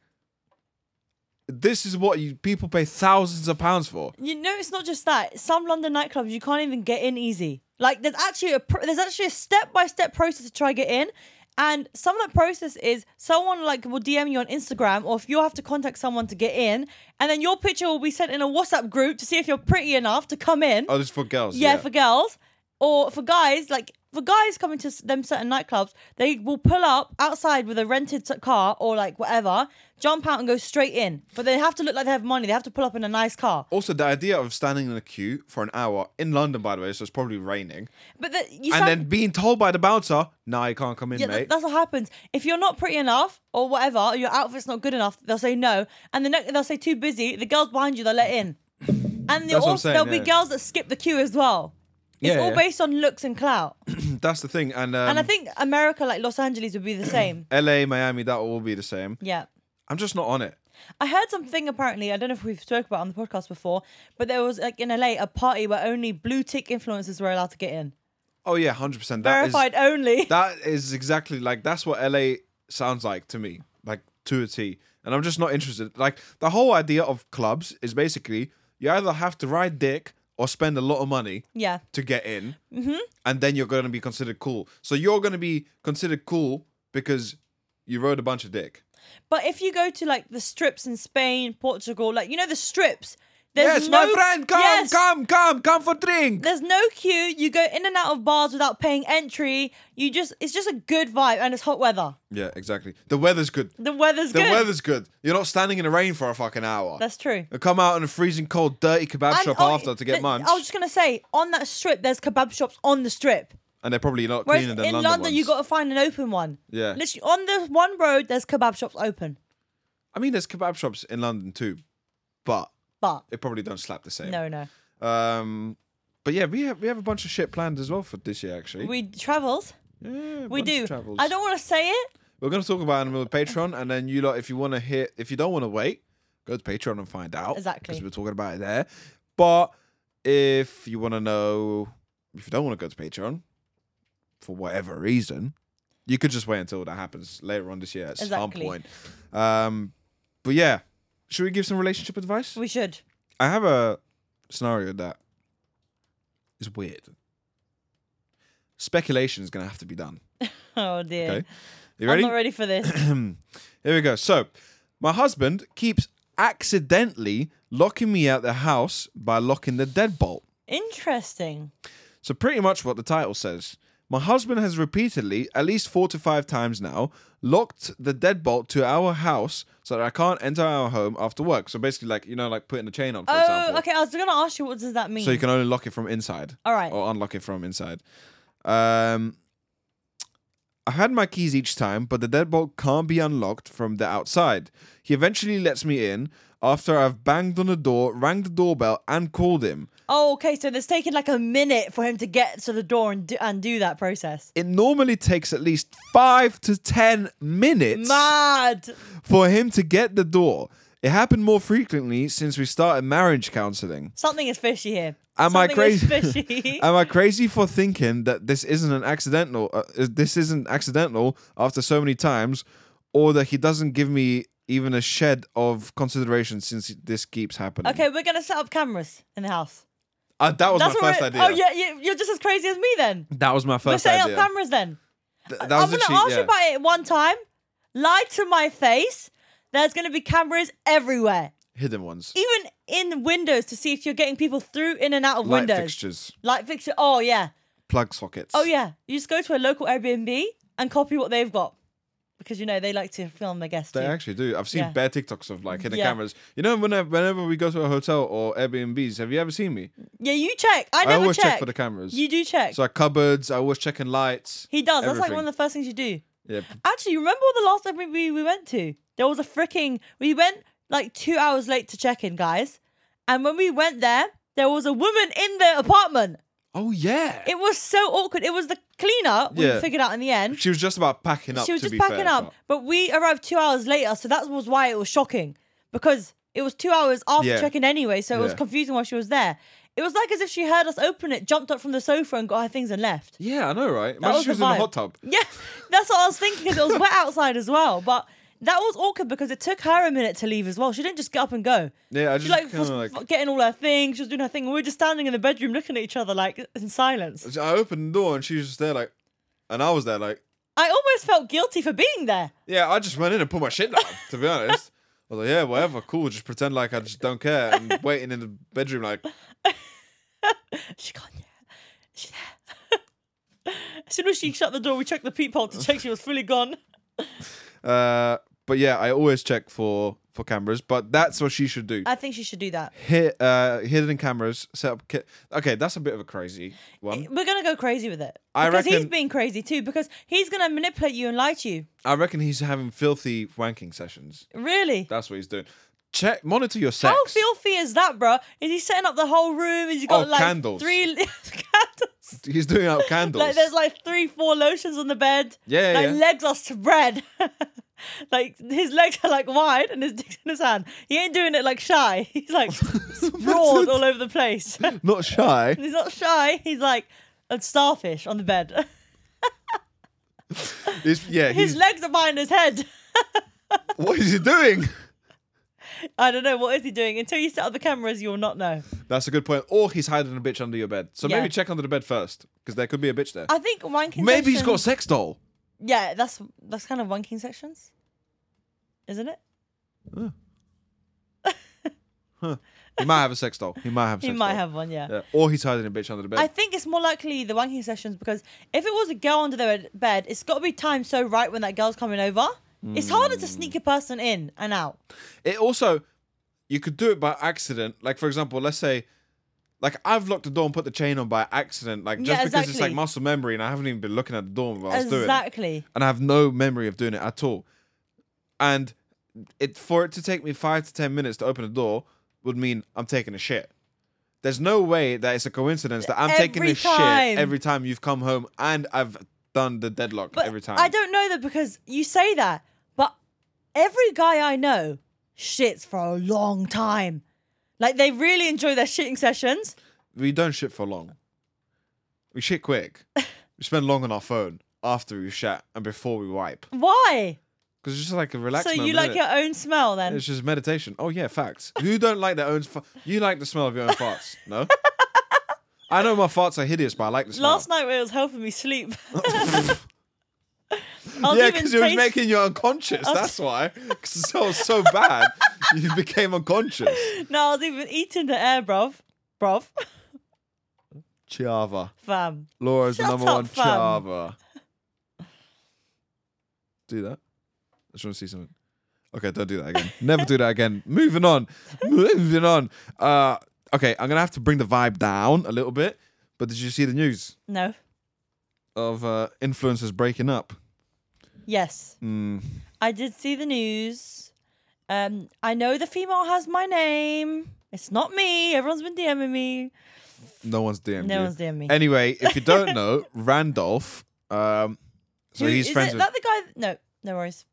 S2: this is what you, people pay thousands of pounds for.
S1: You know, it's not just that. Some London nightclubs you can't even get in easy. Like there's actually a pr- there's actually a step by step process to try get in, and some of that process is someone like will DM you on Instagram, or if you have to contact someone to get in, and then your picture will be sent in a WhatsApp group to see if you're pretty enough to come in.
S2: Oh, this is for girls.
S1: yeah, for girls or for guys like for guys coming to s- them certain nightclubs they will pull up outside with a rented t- car or like whatever jump out and go straight in but they have to look like they have money they have to pull up in a nice car
S2: Also, the idea of standing in a queue for an hour in London, by the way, so it's probably raining,
S1: but the, you
S2: and
S1: sound,
S2: then being told by the bouncer, "Nah, you can't come in,
S1: yeah, tha-
S2: mate."
S1: that's what happens if you're not pretty enough or whatever or your outfit's not good enough they'll say no and the next they'll say too busy the girls behind you they'll let in and they'll
S2: what I'm
S1: also,
S2: saying,
S1: there'll be
S2: yeah.
S1: girls that skip the queue as well it's
S2: Yeah,
S1: all
S2: yeah.
S1: based on looks and clout
S2: That's the thing, and, um,
S1: and i think america like los angeles would be the same
S2: LA, Miami, that will all be the same.
S1: yeah
S2: I'm just not on it.
S1: I heard something apparently, I don't know if we've spoke about it on the podcast before, but there was like in LA a party where only blue tick influencers were allowed to get in.
S2: Oh yeah, hundred percent. That is
S1: Verified only.
S2: that is exactly like that's what LA sounds like to me, like to a T. And I'm just not interested. Like the whole idea of clubs is basically you either have to ride dick or spend a lot of money
S1: yeah.
S2: to get in,
S1: Mm-hmm.
S2: and then you're going to be considered cool. So you're going to be considered cool because you rode a bunch of dick.
S1: But if you go to like the strips in Spain, Portugal, like you know the strips, there's
S2: yes,
S1: no
S2: my friend, come,
S1: Yes,
S2: come, come, come for drink.
S1: There's no queue. You go in and out of bars without paying entry. You just it's just a good vibe and it's hot weather.
S2: Yeah, exactly. The weather's good.
S1: The weather's
S2: The
S1: good.
S2: weather's good. You're not standing in the rain for a fucking hour.
S1: That's true.
S2: I come out in a freezing cold, dirty kebab
S1: And,
S2: shop
S1: oh,
S2: after to get
S1: th-
S2: munch,
S1: I was just gonna say, on that strip, there's kebab shops on the strip.
S2: and they're probably not
S1: Whereas
S2: cleaner
S1: in
S2: than
S1: London,
S2: London.
S1: you
S2: ones.
S1: got to find an open one.
S2: Yeah.
S1: Literally, on the one road, there's kebab shops open,
S2: I mean, there's kebab shops in London too, but
S1: but
S2: it probably don't slap the same.
S1: no, no.
S2: Um, but yeah, we have we have a bunch of shit planned as well for this year. Actually,
S1: We travels.
S2: Yeah, a
S1: We
S2: bunch of
S1: do.
S2: travels.
S1: I don't want to say it.
S2: We're gonna talk about animal with Patreon, and then you lot, if you want to hear, if you don't want to wait, go to Patreon and find out.
S1: Exactly.
S2: because we're talking about it there. But if you want to know, if you don't want to go to Patreon for whatever reason, you could just wait until that happens later on this year at some
S1: Exactly.
S2: point. Um, but yeah, should we give some relationship advice?
S1: We should.
S2: I have a scenario that is weird. Speculation is gonna have to be done.
S1: Oh dear.
S2: Okay, you
S1: I'm
S2: ready?
S1: not ready for this.
S2: Here we go. So, my husband keeps accidentally locking me out the house by locking the deadbolt.
S1: Interesting.
S2: So, pretty much what the title says. My husband has repeatedly, at least four to five times now, locked the deadbolt to our house so that I can't enter our home after work. So, basically, like, you know, like putting a chain on, for
S1: oh,
S2: example.
S1: okay. I was gonna ask you, what does that mean?
S2: So, you can only lock it from inside.
S1: All right.
S2: Or unlock it from inside. Um, I had my keys each time, but the deadbolt can't be unlocked from the outside. He eventually lets me in after I've banged on the door, rang the doorbell, and called him.
S1: Oh, okay. So it's taken like a minute for him to get to the door and do, and do that process.
S2: It normally takes at least five to ten minutes
S1: Mad.
S2: for him to get the door. It happened more frequently since we started marriage counseling.
S1: Something is fishy here.
S2: Am I
S1: Something
S2: crazy?
S1: Is fishy.
S2: Am I crazy for thinking that this isn't an accidental? Uh, uh, this isn't accidental after so many times, or that he doesn't give me even a shed of consideration since this keeps happening.
S1: okay, we're gonna set up cameras in the house.
S2: Uh, that was my
S1: what
S2: first
S1: we're-
S2: idea.
S1: Oh yeah, you- you're just as crazy as me then.
S2: That was my
S1: We're
S2: first
S1: setting up
S2: idea.
S1: cameras then.
S2: Th- that was
S1: I'm gonna
S2: literally-
S1: ask
S2: yeah.
S1: you about it one time. Lie to my face. There's gonna be cameras everywhere,
S2: hidden ones,
S1: even in windows to see if you're getting people through in and out of
S2: light
S1: windows.
S2: fixtures,
S1: Light fixture. Oh yeah.
S2: plug sockets.
S1: Oh yeah. You just go to a local Airbnb and copy what they've got, because you know they like to film their guests.
S2: They
S1: too.
S2: actually do. I've seen
S1: Yeah.
S2: bare TikToks of like hidden
S1: Yeah.
S2: cameras. You know, whenever, whenever we go to a hotel or Airbnbs, have you ever seen me?
S1: Yeah, you check. I
S2: I
S1: never
S2: always
S1: check.
S2: check. for the cameras.
S1: You do check.
S2: so like cupboards, I always checking lights.
S1: he does. That's like
S2: everything.
S1: one of the first things you do.
S2: Yeah,
S1: Actually, you remember the last Airbnb we, we went to? There was a freaking. We went like two hours late to check in, guys. And when we went there, there was a woman in the apartment.
S2: Oh yeah.
S1: It was so awkward. It was the cleaner we
S2: Yeah.
S1: figured out in the end.
S2: she was just about packing up.
S1: She was
S2: to
S1: just
S2: be
S1: packing
S2: fair,
S1: up,
S2: but-
S1: but we arrived two hours later, so that was why it was shocking because it was two hours after
S2: Yeah.
S1: check-in anyway, so it was
S2: Yeah.
S1: confusing why she was there. It was like as if she heard us open it, jumped up from the sofa and got her things and left.
S2: Yeah, I know, right? Imagine
S1: was
S2: she was
S1: the
S2: in the
S1: vibe.
S2: hot tub.
S1: Yeah, that's what I was thinking because it was wet outside as well. But that was awkward because it took her a minute to leave as well. She didn't just get up and go.
S2: Yeah, I just
S1: She like
S2: kind of
S1: was
S2: like.
S1: getting all her things. She was doing her thing. We were just standing in the bedroom looking at each other like in silence.
S2: I opened the door and she was just there, like, and I was there, like,
S1: I almost felt guilty for being there.
S2: yeah, I just went in and put my shit down. to be honest, I was like, yeah, whatever, cool. Just pretend like I just don't care and waiting in the bedroom, like,
S1: She gone. Yeah, she there. as soon as she shut the door, we checked the peephole to check she was fully gone.
S2: uh. But yeah, I always check for for cameras. But that's what she should do.
S1: I think she should do that.
S2: Hit uh hidden cameras set up. Ki- okay, that's a bit of a crazy one.
S1: We're gonna go crazy with it.
S2: I
S1: because he's
S2: reckon-
S1: being crazy too. Because he's gonna manipulate you and lie to you.
S2: I reckon he's having filthy wanking sessions.
S1: Really?
S2: That's what he's doing. Check monitor your sex.
S1: How filthy is that, bro? Is he setting up the whole room? Is he got
S2: Oh,
S1: like
S2: candles.
S1: three candles?
S2: he's doing out candles.
S1: Like there's like three, four lotions on the bed.
S2: Yeah, yeah,
S1: Like
S2: yeah.
S1: legs are spread. like his legs are like wide and his dick's in his hand. He ain't doing it like shy. He's like sprawled all over the place.
S2: Not shy.
S1: he's not shy. He's like a starfish on the bed.
S2: He's, yeah,
S1: his
S2: he's,
S1: legs are behind his head.
S2: what is he doing?
S1: I don't know what is he doing. Until you set up the cameras, you'll not know.
S2: That's a good point. Or he's hiding a bitch under your bed. So
S1: Yeah.
S2: maybe check under the bed first, because there could be a bitch there.
S1: I think wanking.
S2: maybe he's got a
S1: sessions-
S2: sex doll.
S1: Yeah, that's that's kind of wanking sections, isn't it?
S2: He might have a sex doll. He might have. A
S1: He
S2: sex
S1: might
S2: doll.
S1: have one. Yeah.
S2: Yeah. Or he's hiding a bitch under the bed.
S1: I think it's more likely the wanking sessions because if it was a girl under their bed, it's got to be timed so right when that girl's coming over. It's harder to sneak a person in and out.
S2: it also, you could do it by accident. Like for example, let's say, like I've locked the door and put the chain on by accident, like just
S1: Yeah,
S2: because it's like
S1: exactly.
S2: muscle memory, and I haven't even been looking at the door while I was doing it.
S1: exactly.
S2: and I have no memory of doing it at all. And it for it to take me five to ten minutes to open a door would mean I'm taking a shit. There's no way that it's a coincidence that I'm taking
S1: Every
S2: a
S1: time.
S2: shit every time you've come home and I've done the deadlock
S1: But
S2: every time.
S1: I don't know that because you say that, but every guy I know shits for a long time. Like they really enjoy their shitting sessions.
S2: we don't shit for long. We shit quick. we spend long on our phone after we shat and before we wipe
S1: Why?
S2: because it's just like a relaxed.
S1: So you
S2: moment,
S1: like
S2: innit?
S1: your own smell then?
S2: It's just meditation. Oh yeah, facts. Who don't like their own? Fa- you like the smell of your own farts? No. I know my farts are hideous, but I like the smell.
S1: Last night when it was helping me sleep. I was
S2: yeah,
S1: even
S2: because it was
S1: taste-
S2: making you unconscious. That's why. Because it smells so bad, you became unconscious.
S1: No, I was even eating the air, bruv. Bruv.
S2: Chiava.
S1: Fam.
S2: Laura's
S1: Shut
S2: the number
S1: up,
S2: one
S1: fam.
S2: Chiava. Do that. I just want to see something. Okay, don't do that again. Never do that again. Moving on. Moving on. Uh, okay, I'm gonna have to bring the vibe down a little bit. But did you see the news?
S1: No.
S2: of uh, influencers breaking up.
S1: Yes.
S2: Mm.
S1: I did see the news. Um, I know the female has my name. It's not me. Everyone's been DMing me.
S2: No one's DM'd
S1: No
S2: you.
S1: one's DMing me.
S2: Anyway, if you don't know, Randolph, um, so
S1: Who-
S2: he's
S1: is
S2: friends
S1: it,
S2: with.
S1: that the guy? No, no worries.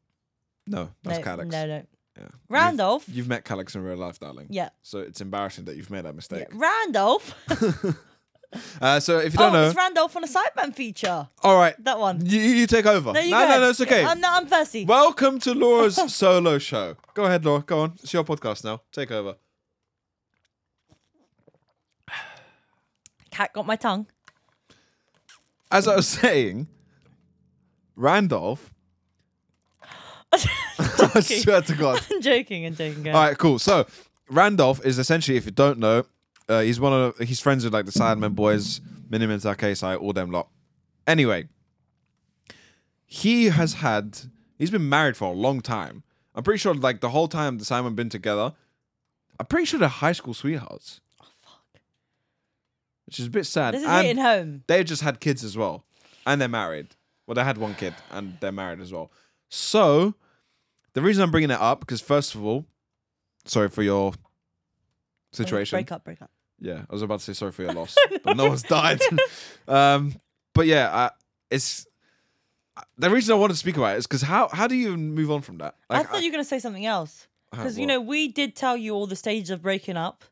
S2: No, that's
S1: No,
S2: Calix.
S1: no, no.
S2: Yeah.
S1: Randolph.
S2: You've met Calix in real life, darling.
S1: Yeah.
S2: So it's embarrassing that you've made that mistake.
S1: yeah. Randolph.
S2: Uh, so if you
S1: Oh,
S2: don't know,
S1: it's Randolph on a Sideman feature.
S2: all right,
S1: That one.
S2: you, you take over.
S1: No, you
S2: no,
S1: go
S2: no,
S1: ahead.
S2: no, it's okay.
S1: I'm not. I'm thirsty.
S2: Welcome to Laura's solo show. Go ahead, Laura. Go on. It's your podcast now. Take over.
S1: Cat got my tongue.
S2: As I was saying, Randolph. I swear to God.
S1: I'm joking. I'm joking. Guys.
S2: All right, cool. So Randolph is essentially, if you don't know, uh, he's one of he's friends with like the Sidemen boys, Miniman Takesai, all them lot. Anyway, he has had he's been married for a long time. I'm pretty sure like the whole time the Sidemen been together, I'm pretty sure they're high school sweethearts, which is a bit sad.
S1: Oh, This is
S2: And-
S1: hitting home.
S2: they've just had kids as well, and they're married. Well, they had one kid, and they're married as well. So, the reason I'm bringing it up because first of all, sorry for your situation.
S1: Break up. Break up.
S2: Yeah, I was about to say sorry for your loss, but no one's died. um, but yeah, I, it's the reason I wanted to speak about it is because how how do you even move on from that?
S1: I thought you were going to say something else.
S2: I-
S1: Because, you
S2: Uh, what?
S1: know, we did tell you all the stages of breaking up.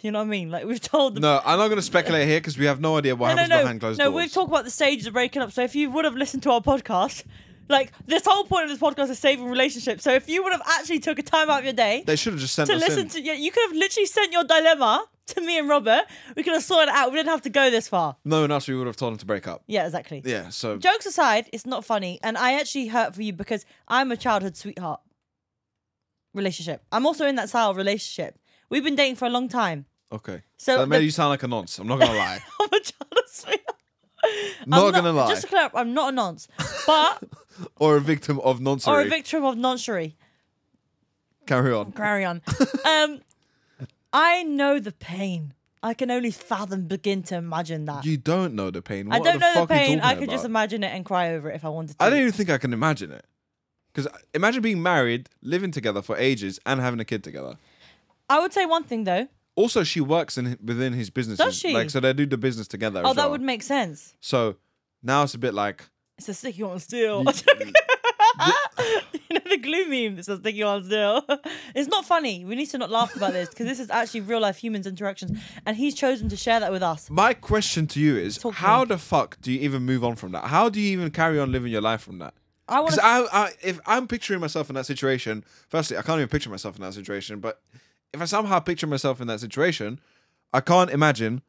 S1: You know what I mean? Like we've told them.
S2: No, I'm not going to speculate here because we have no idea what
S1: no,
S2: happens
S1: no,
S2: behind
S1: no.
S2: closed
S1: no
S2: doors.
S1: we've talked about the stages of breaking up. So if you would have listened to our podcast, like this whole point of this podcast is saving relationships. So if you would have actually took a time out of your day
S2: they should have just sent
S1: to
S2: us
S1: listen
S2: in.
S1: to, yeah, you could have literally sent your dilemma to me and Robert. We could have sorted it out. We didn't have to go this far.
S2: No one else, we would have told them to break up.
S1: Yeah, exactly.
S2: Yeah, so
S1: Jokes aside, it's not funny, and I actually hurt for you because I'm a childhood sweetheart relationship. I'm also in that style of relationship. We've been dating for a long time.
S2: okay.
S1: So
S2: that made
S1: the-
S2: you sound like a nonce. I'm not gonna lie.
S1: I'm a childhood sweetheart. I'm
S2: Not gonna lie.
S1: Just to clear up, I'm not a nonce, but
S2: or a victim of noncery.
S1: or a Oh, victim of nonchery.
S2: Carry on.
S1: Carry on. um, I know the pain. I can only fathom, begin to imagine that.
S2: You don't know the pain.
S1: I
S2: What
S1: don't
S2: the
S1: know the
S2: fuck are you
S1: pain.
S2: talking
S1: I could just
S2: about?
S1: imagine it and cry over it if I wanted to.
S2: I don't even think I can imagine it. Because imagine being married, living together for ages, and having a kid together.
S1: I would say one thing though.
S2: Also, she works in within his business.
S1: Does she?
S2: Like, so they do the business together.
S1: Oh,
S2: as
S1: that
S2: well.
S1: would make sense.
S2: So now it's a bit like
S1: It's a sticky on steel. you know the glue meme that says sticky on steel. it's not funny. We need to not laugh about this because this is actually real life humans interactions, and he's chosen to share that with us.
S2: my question to you is:
S1: Talk to
S2: How
S1: me.
S2: the fuck do you even move on from that? How do you even carry on living your life from that?
S1: I want
S2: Because
S1: to.
S2: I, I, if I'm picturing myself in that situation, firstly, I can't even picture myself in that situation. But if I somehow picture myself in that situation, I can't imagine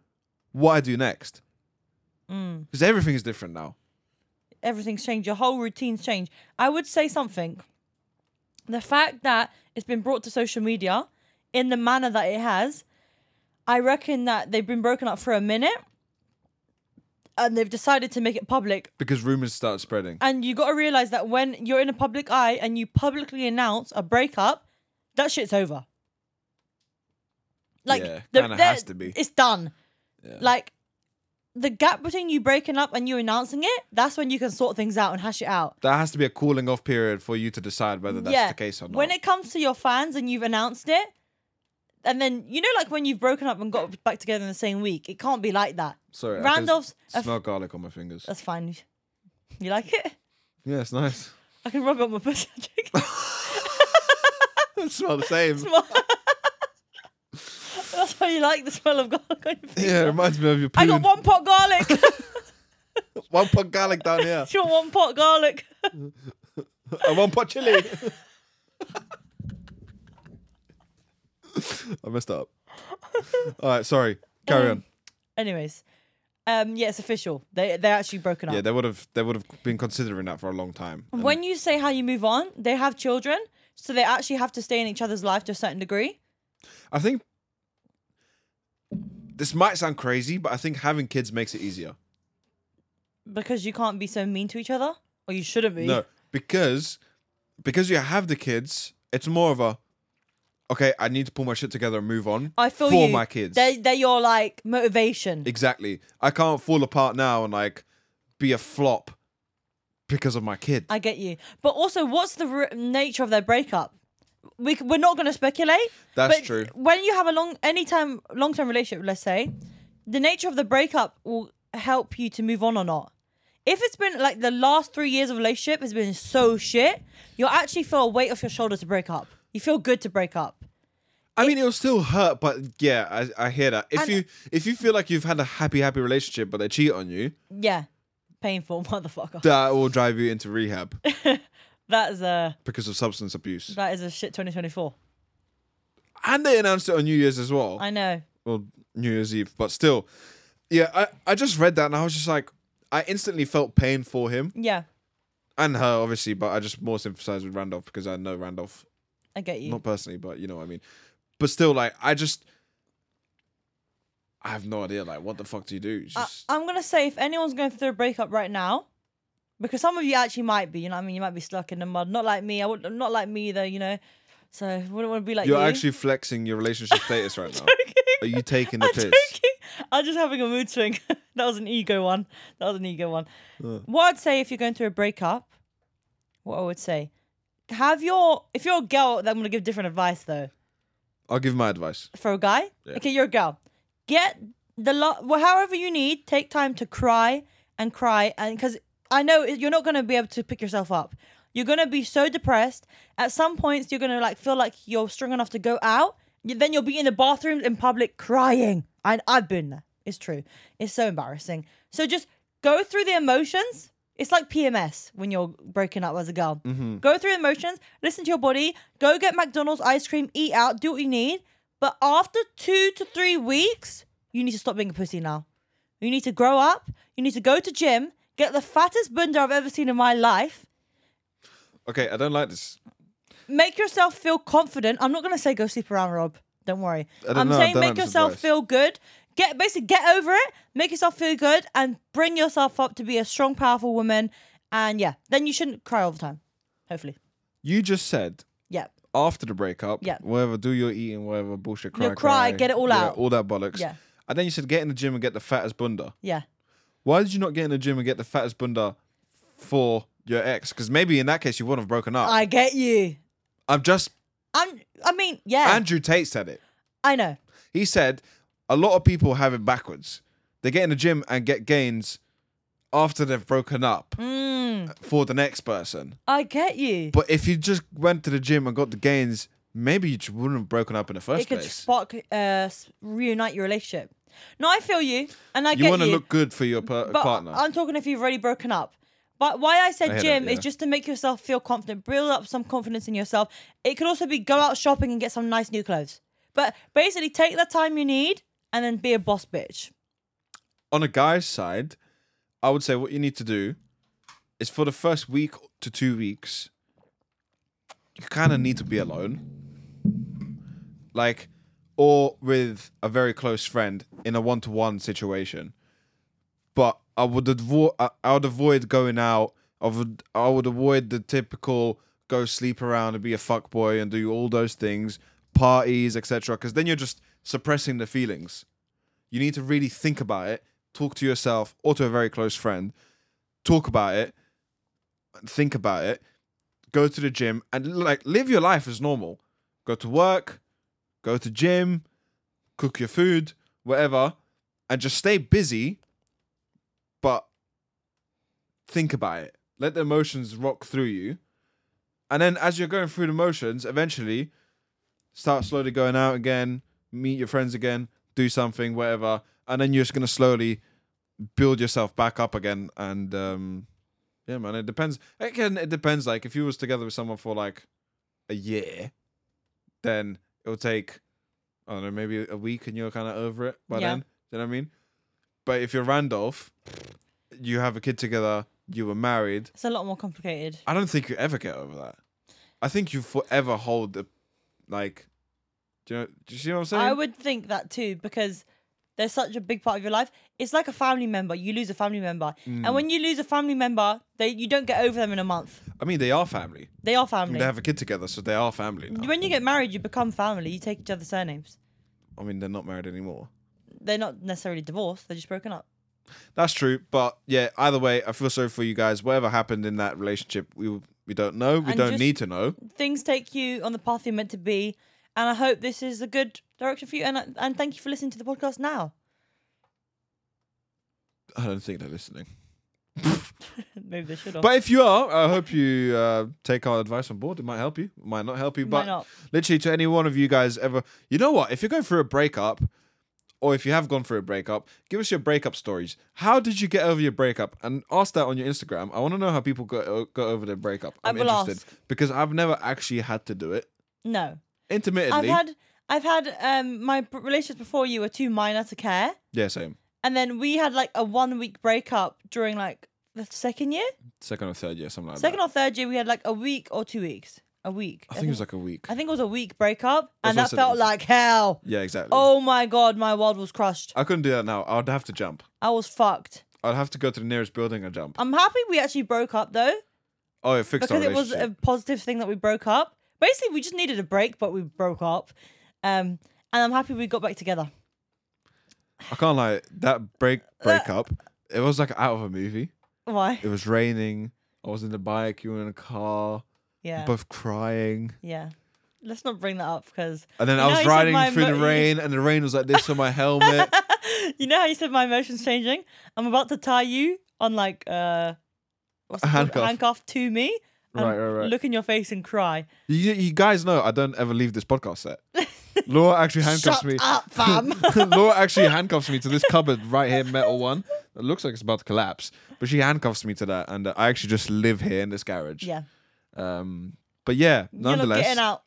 S2: what I do next.
S1: Mm.
S2: Because everything is different now.
S1: Everything's changed. Your whole routine's changed. I would say something. The fact that it's been brought to social media in the manner that it has, I reckon that they've been broken up for a minute, and they've decided to make it public
S2: Because rumors start spreading.
S1: And you got to realize that when you're in a public eye and you publicly announce a breakup, that shit's over. Like,
S2: Yeah,
S1: the-
S2: kinda
S1: the-
S2: has to be.
S1: It's done. Like, the gap between you breaking up and you announcing it, that's when you can sort things out and hash it out.
S2: There has to be a cooling off period for you to decide whether that's
S1: yeah.
S2: the case or not.
S1: When it comes to your fans and you've announced it, and then you know, like when you've broken up and got back together in the same week, it can't be like that.
S2: Sorry,
S1: Randolph's.
S2: I
S1: a
S2: can
S1: f-
S2: smell garlic on my fingers.
S1: that's fine. You like it?
S2: Yeah, it's nice.
S1: I can rub it on my pussy. I'm joking.
S2: It smell the same.
S1: That's why you like the smell of garlic on your feet.
S2: yeah, it reminds me of your
S1: I
S2: poon.
S1: got one pot garlic. Do
S2: one pot garlic down here.
S1: you want one pot garlic?
S2: and one pot chili. I messed up. All right, sorry. Carry on.
S1: Anyways, um, yeah, it's official. They they're actually broken up.
S2: Yeah, they um, would have they would have been considering that for a long time. And
S1: when you say how you move on, they have children, so they actually have to stay in each other's life to a certain degree.
S2: I think this might sound crazy, but I think having kids makes it easier.
S1: Because you can't be so mean to each other. Or you shouldn't be.
S2: No, because because you have the kids, it's more of a okay. I need to pull my shit together and move on.
S1: I feel
S2: for
S1: you.
S2: my kids.
S1: They're, they're your like motivation.
S2: exactly. I can't fall apart now and like be a flop because of my kid.
S1: I get you. But also, what's the r- nature of their breakup? We, c- we're not going to speculate.
S2: That's
S1: but
S2: true.
S1: When you have a long, any time, long term relationship, let's say, the nature of the breakup will help you to move on or not. If it's been like the last three years of relationship has been so shit, you'll actually feel a weight off your shoulder to break up. You feel good to break up.
S2: I mean, it'll still hurt, but yeah, I, I hear that. If
S1: And-
S2: you if you feel like you've had a happy happy relationship, but they cheat on you,
S1: Yeah. Painful motherfucker.
S2: that will drive you into rehab
S1: That is a
S2: because of substance abuse.
S1: that is a shit 2024.
S2: And they announced it on New Year's as well.
S1: I know.
S2: well, New Year's Eve, but still, yeah. I I just read that and I was just like, I instantly felt pain for him
S1: Yeah,
S2: and her, obviously, but I just more sympathized with Randolph because I know Randolph,
S1: I get you.
S2: not personally, but you know what I mean. But still, like, I just, I have no idea. Like, what the fuck do you do? It's
S1: I,
S2: just-
S1: I'm gonna say if anyone's going through a breakup right now, because some of you actually might be, you know, what I mean, you might be stuck in the mud. Not like me. I would not like me though, you know. So I wouldn't want to be like
S2: you're
S1: you.
S2: actually flexing your relationship status right now. Are you taking the
S1: I'm
S2: piss?
S1: joking. I'm just having a mood swing. that was an ego one. That was an ego one. What I'd say if you're going through a breakup, what I would say, have your if you're a girl, then I'm gonna give different advice though.
S2: I'll give my advice.
S1: for a guy. Okay, you're a girl. Get the lo- well, however you need. Take time to cry and cry, and because I know it- you're not gonna be able to pick yourself up. You're gonna be so depressed. At some points, you're gonna like feel like you're strong enough to go out Y- Then you'll be in the bathrooms in public crying. And I've been there. It's true. It's so embarrassing. So just go through the emotions. It's like PMS when you're breaking up as a girl. Go through the emotions, listen to your body, go get McDonald's ice cream, eat out, do what you need. But after two to three weeks, you need to stop being a pussy now. You need to grow up. You need to go to gym, get the fattest bunda I've ever seen in my life,
S2: Okay, I don't like this.
S1: make yourself feel confident. I'm not gonna say go sleep around, Rob. Don't worry.
S2: don't
S1: I'm
S2: know, I
S1: saying
S2: don't
S1: make
S2: have this
S1: yourself
S2: advice.
S1: feel good. Get basically get over it. Make yourself feel good and bring yourself up to be a strong, powerful woman. And yeah, then you shouldn't cry all the time. Hopefully.
S2: You just said
S1: Yeah.
S2: after the breakup,
S1: Yeah.
S2: whatever, do your eating, whatever bullshit, cry,
S1: You'll cry, get it all
S2: yeah,
S1: out.
S2: all that bollocks.
S1: Yeah.
S2: And then you said get in the gym and get the fattest bunda.
S1: Yeah.
S2: Why did you not get in the gym and get the fattest bunda for your ex? Because maybe in that case you wouldn't have broken up. I,
S1: I get you.
S2: am just
S1: I'm I mean, yeah.
S2: Andrew Tate said it.
S1: I know.
S2: He said a lot of people have it backwards. They get in the gym and get gains after they've broken up
S1: Mm.
S2: for the next person.
S1: I get you.
S2: But if you just went to the gym and got the gains, maybe you just wouldn't have broken up in the first
S1: it could
S2: place.
S1: spark uh s- reunite your relationship. No, I feel you and I
S2: You
S1: get
S2: want to
S1: you.
S2: look good for your per-
S1: But
S2: partner.
S1: I'm talking if you've already broken up. But why I said
S2: I hear
S1: gym
S2: that,
S1: is
S2: yeah.
S1: just to make yourself feel confident, build up some confidence in yourself. It could also be go out shopping and get some nice new clothes. But basically, take the time you need and then be a boss bitch.
S2: on a guy's side, I would say what you need to do is for the first week to two weeks, you kind of need to be alone. Like, or with a very close friend in a one to one situation. But I would avoid. I I would avoid going out. I would. I would avoid the typical go sleep around and be a fuckboy and do all those things, parties, etc. Because then you're just suppressing the feelings you need to really think about it talk to yourself or to a very close friend talk about it think about it go to the gym and like live your life as normal go to work go to gym cook your food whatever and just stay busy but think about it let the emotions rock through you and then as you're going through the motions eventually start slowly going out again, meet your friends again, do something, whatever, and then you're just gonna slowly build yourself back up again. And um, yeah, man, it depends. Again, it depends. Like if you was together with someone for like a year, then it'll take I don't know maybe a week, and you're kind of over it by
S1: Yeah.
S2: then. Do you know what I mean? But if you're Randolph, you have a kid together, you were married.
S1: It's a lot more complicated.
S2: I don't think you ever get over that. I think you forever hold the like. Do you know? Do you see what I'm saying?
S1: I would think that too because there's such a big part of your life. It's like a family member. You lose a family member,
S2: Mm.
S1: and when you lose a family member, they you don't get over them in a month.
S2: I mean, they are family.
S1: They are
S2: I mean,
S1: family.
S2: they have a kid together, so they are family now.
S1: when you get married, you become family. You take each other's surnames.
S2: I mean, they're not married anymore.
S1: They're not necessarily divorced. They're just broken up.
S2: That's true, but yeah. Either way, I feel sorry for you guys. Whatever happened in that relationship, we we don't know. We
S1: And
S2: don't
S1: just-
S2: need to know.
S1: things take you on the path you're meant to be. And I hope this is a good direction for you. And and thank you for listening to the podcast now.
S2: I don't think they're listening.
S1: Maybe they should have.
S2: But if you are, I hope you uh, take our advice on board. It might help you, it might not help you, but
S1: Might not.
S2: literally to any one of you guys ever, you know what? If you're going through a breakup, or if you have gone through a breakup, give us your breakup stories. How did you get over your breakup? And ask that on your Instagram. I want to know how people got got over their breakup.
S1: I
S2: I'm
S1: will
S2: interested
S1: ask.
S2: because I've never actually had to do it
S1: no,
S2: intermittently.
S1: I've had I've had um my b- relationships before you were too minor to care,
S2: yeah, same.
S1: and then we had like a one week breakup during like the second year,
S2: Second or third year, something like
S1: second
S2: that.
S1: or third year. We had like a week or two weeks, a week.
S2: I think it was like a week.
S1: I think it was a week breakup, and
S2: That's
S1: that
S2: what I said it
S1: felt
S2: was.
S1: like hell.
S2: yeah, exactly.
S1: Oh my god, my world was crushed.
S2: I couldn't do that now. I'd have to jump.
S1: I was fucked.
S2: I'd have to go to the nearest building and jump.
S1: I'm happy we actually broke up though.
S2: Oh, it fixed our
S1: Uh, because it was
S2: relationship.
S1: a positive thing that we broke up. Basically, we just needed a break, but we broke up. Um, and I'm happy we got back together.
S2: I can't lie. That break
S1: Uh,
S2: breakup, it was like out of a movie.
S1: Why?
S2: It was raining. I was in the bike. You were in a car.
S1: Yeah.
S2: Both crying.
S1: yeah. Let's not bring that up because
S2: And then
S1: You
S2: I
S1: know
S2: was
S1: you said my
S2: riding through the
S1: mo-
S2: rain, and the rain was like this on my helmet.
S1: you know how you said my emotions changing. I'm about to tie you on like uh, what's
S2: A
S1: it called?
S2: handcuff.
S1: handcuff to me. and
S2: Right, right, right.
S1: Look in your face and cry.
S2: you, you guys know I don't ever leave this podcast set. Laura actually handcuffs
S1: Shut
S2: me.
S1: up, fam.
S2: Laura actually handcuffs me to this cupboard right here, metal one. It looks like it's about to collapse, but she handcuffs me to that, and uh, I actually just live here in this garage.
S1: yeah.
S2: Um, but yeah,
S1: You're not getting
S2: nonetheless,
S1: out.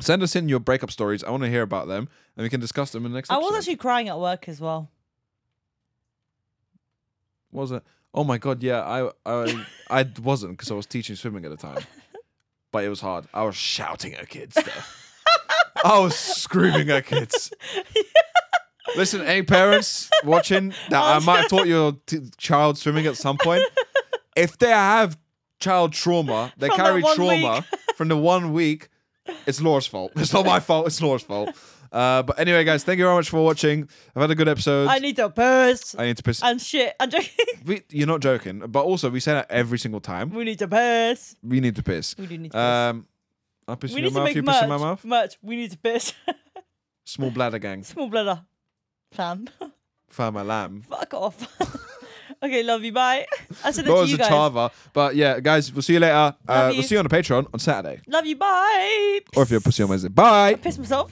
S2: send us in your breakup stories. I want to hear about them, and we can discuss them in the next.
S1: I was
S2: episode.
S1: actually crying at work as well.
S2: was it? Oh my god, yeah, I I I wasn't because I was teaching swimming at the time, but it was hard. I was shouting at kids. Though. I was screaming at kids. Listen, any parents watching that I might have taught your t- child swimming at some point, if they have child trauma, they
S1: From that
S2: carry
S1: one
S2: trauma from the one week. It's Laura's fault. It's not my fault. It's Laura's fault. Uh, but anyway, guys, thank you very much for watching. I've had a good episode.
S1: I need to piss
S2: I need to piss.
S1: and shit. I'm joking.
S2: We, you're not joking, but also we say that every single time.
S1: we need to piss.
S2: We need to piss.
S1: We do need to piss.
S2: Um, I piss
S1: we
S2: in your
S1: need to
S2: mouth.
S1: make
S2: You
S1: merch.
S2: piss in my mouth.
S1: Merch. We need to piss.
S2: Small bladder gang.
S1: Small bladder. Fam.
S2: Fam a lamb.
S1: Fuck off. okay, love you. Bye. I said that to
S2: Laura's
S1: you
S2: a
S1: guys.
S2: chava. But yeah, guys, we'll see you later. Uh,
S1: Love you.
S2: We'll see you on the Patreon on Saturday,
S1: Love you. Bye.
S2: or if you're a pussy on Wednesday. Bye.
S1: piss myself.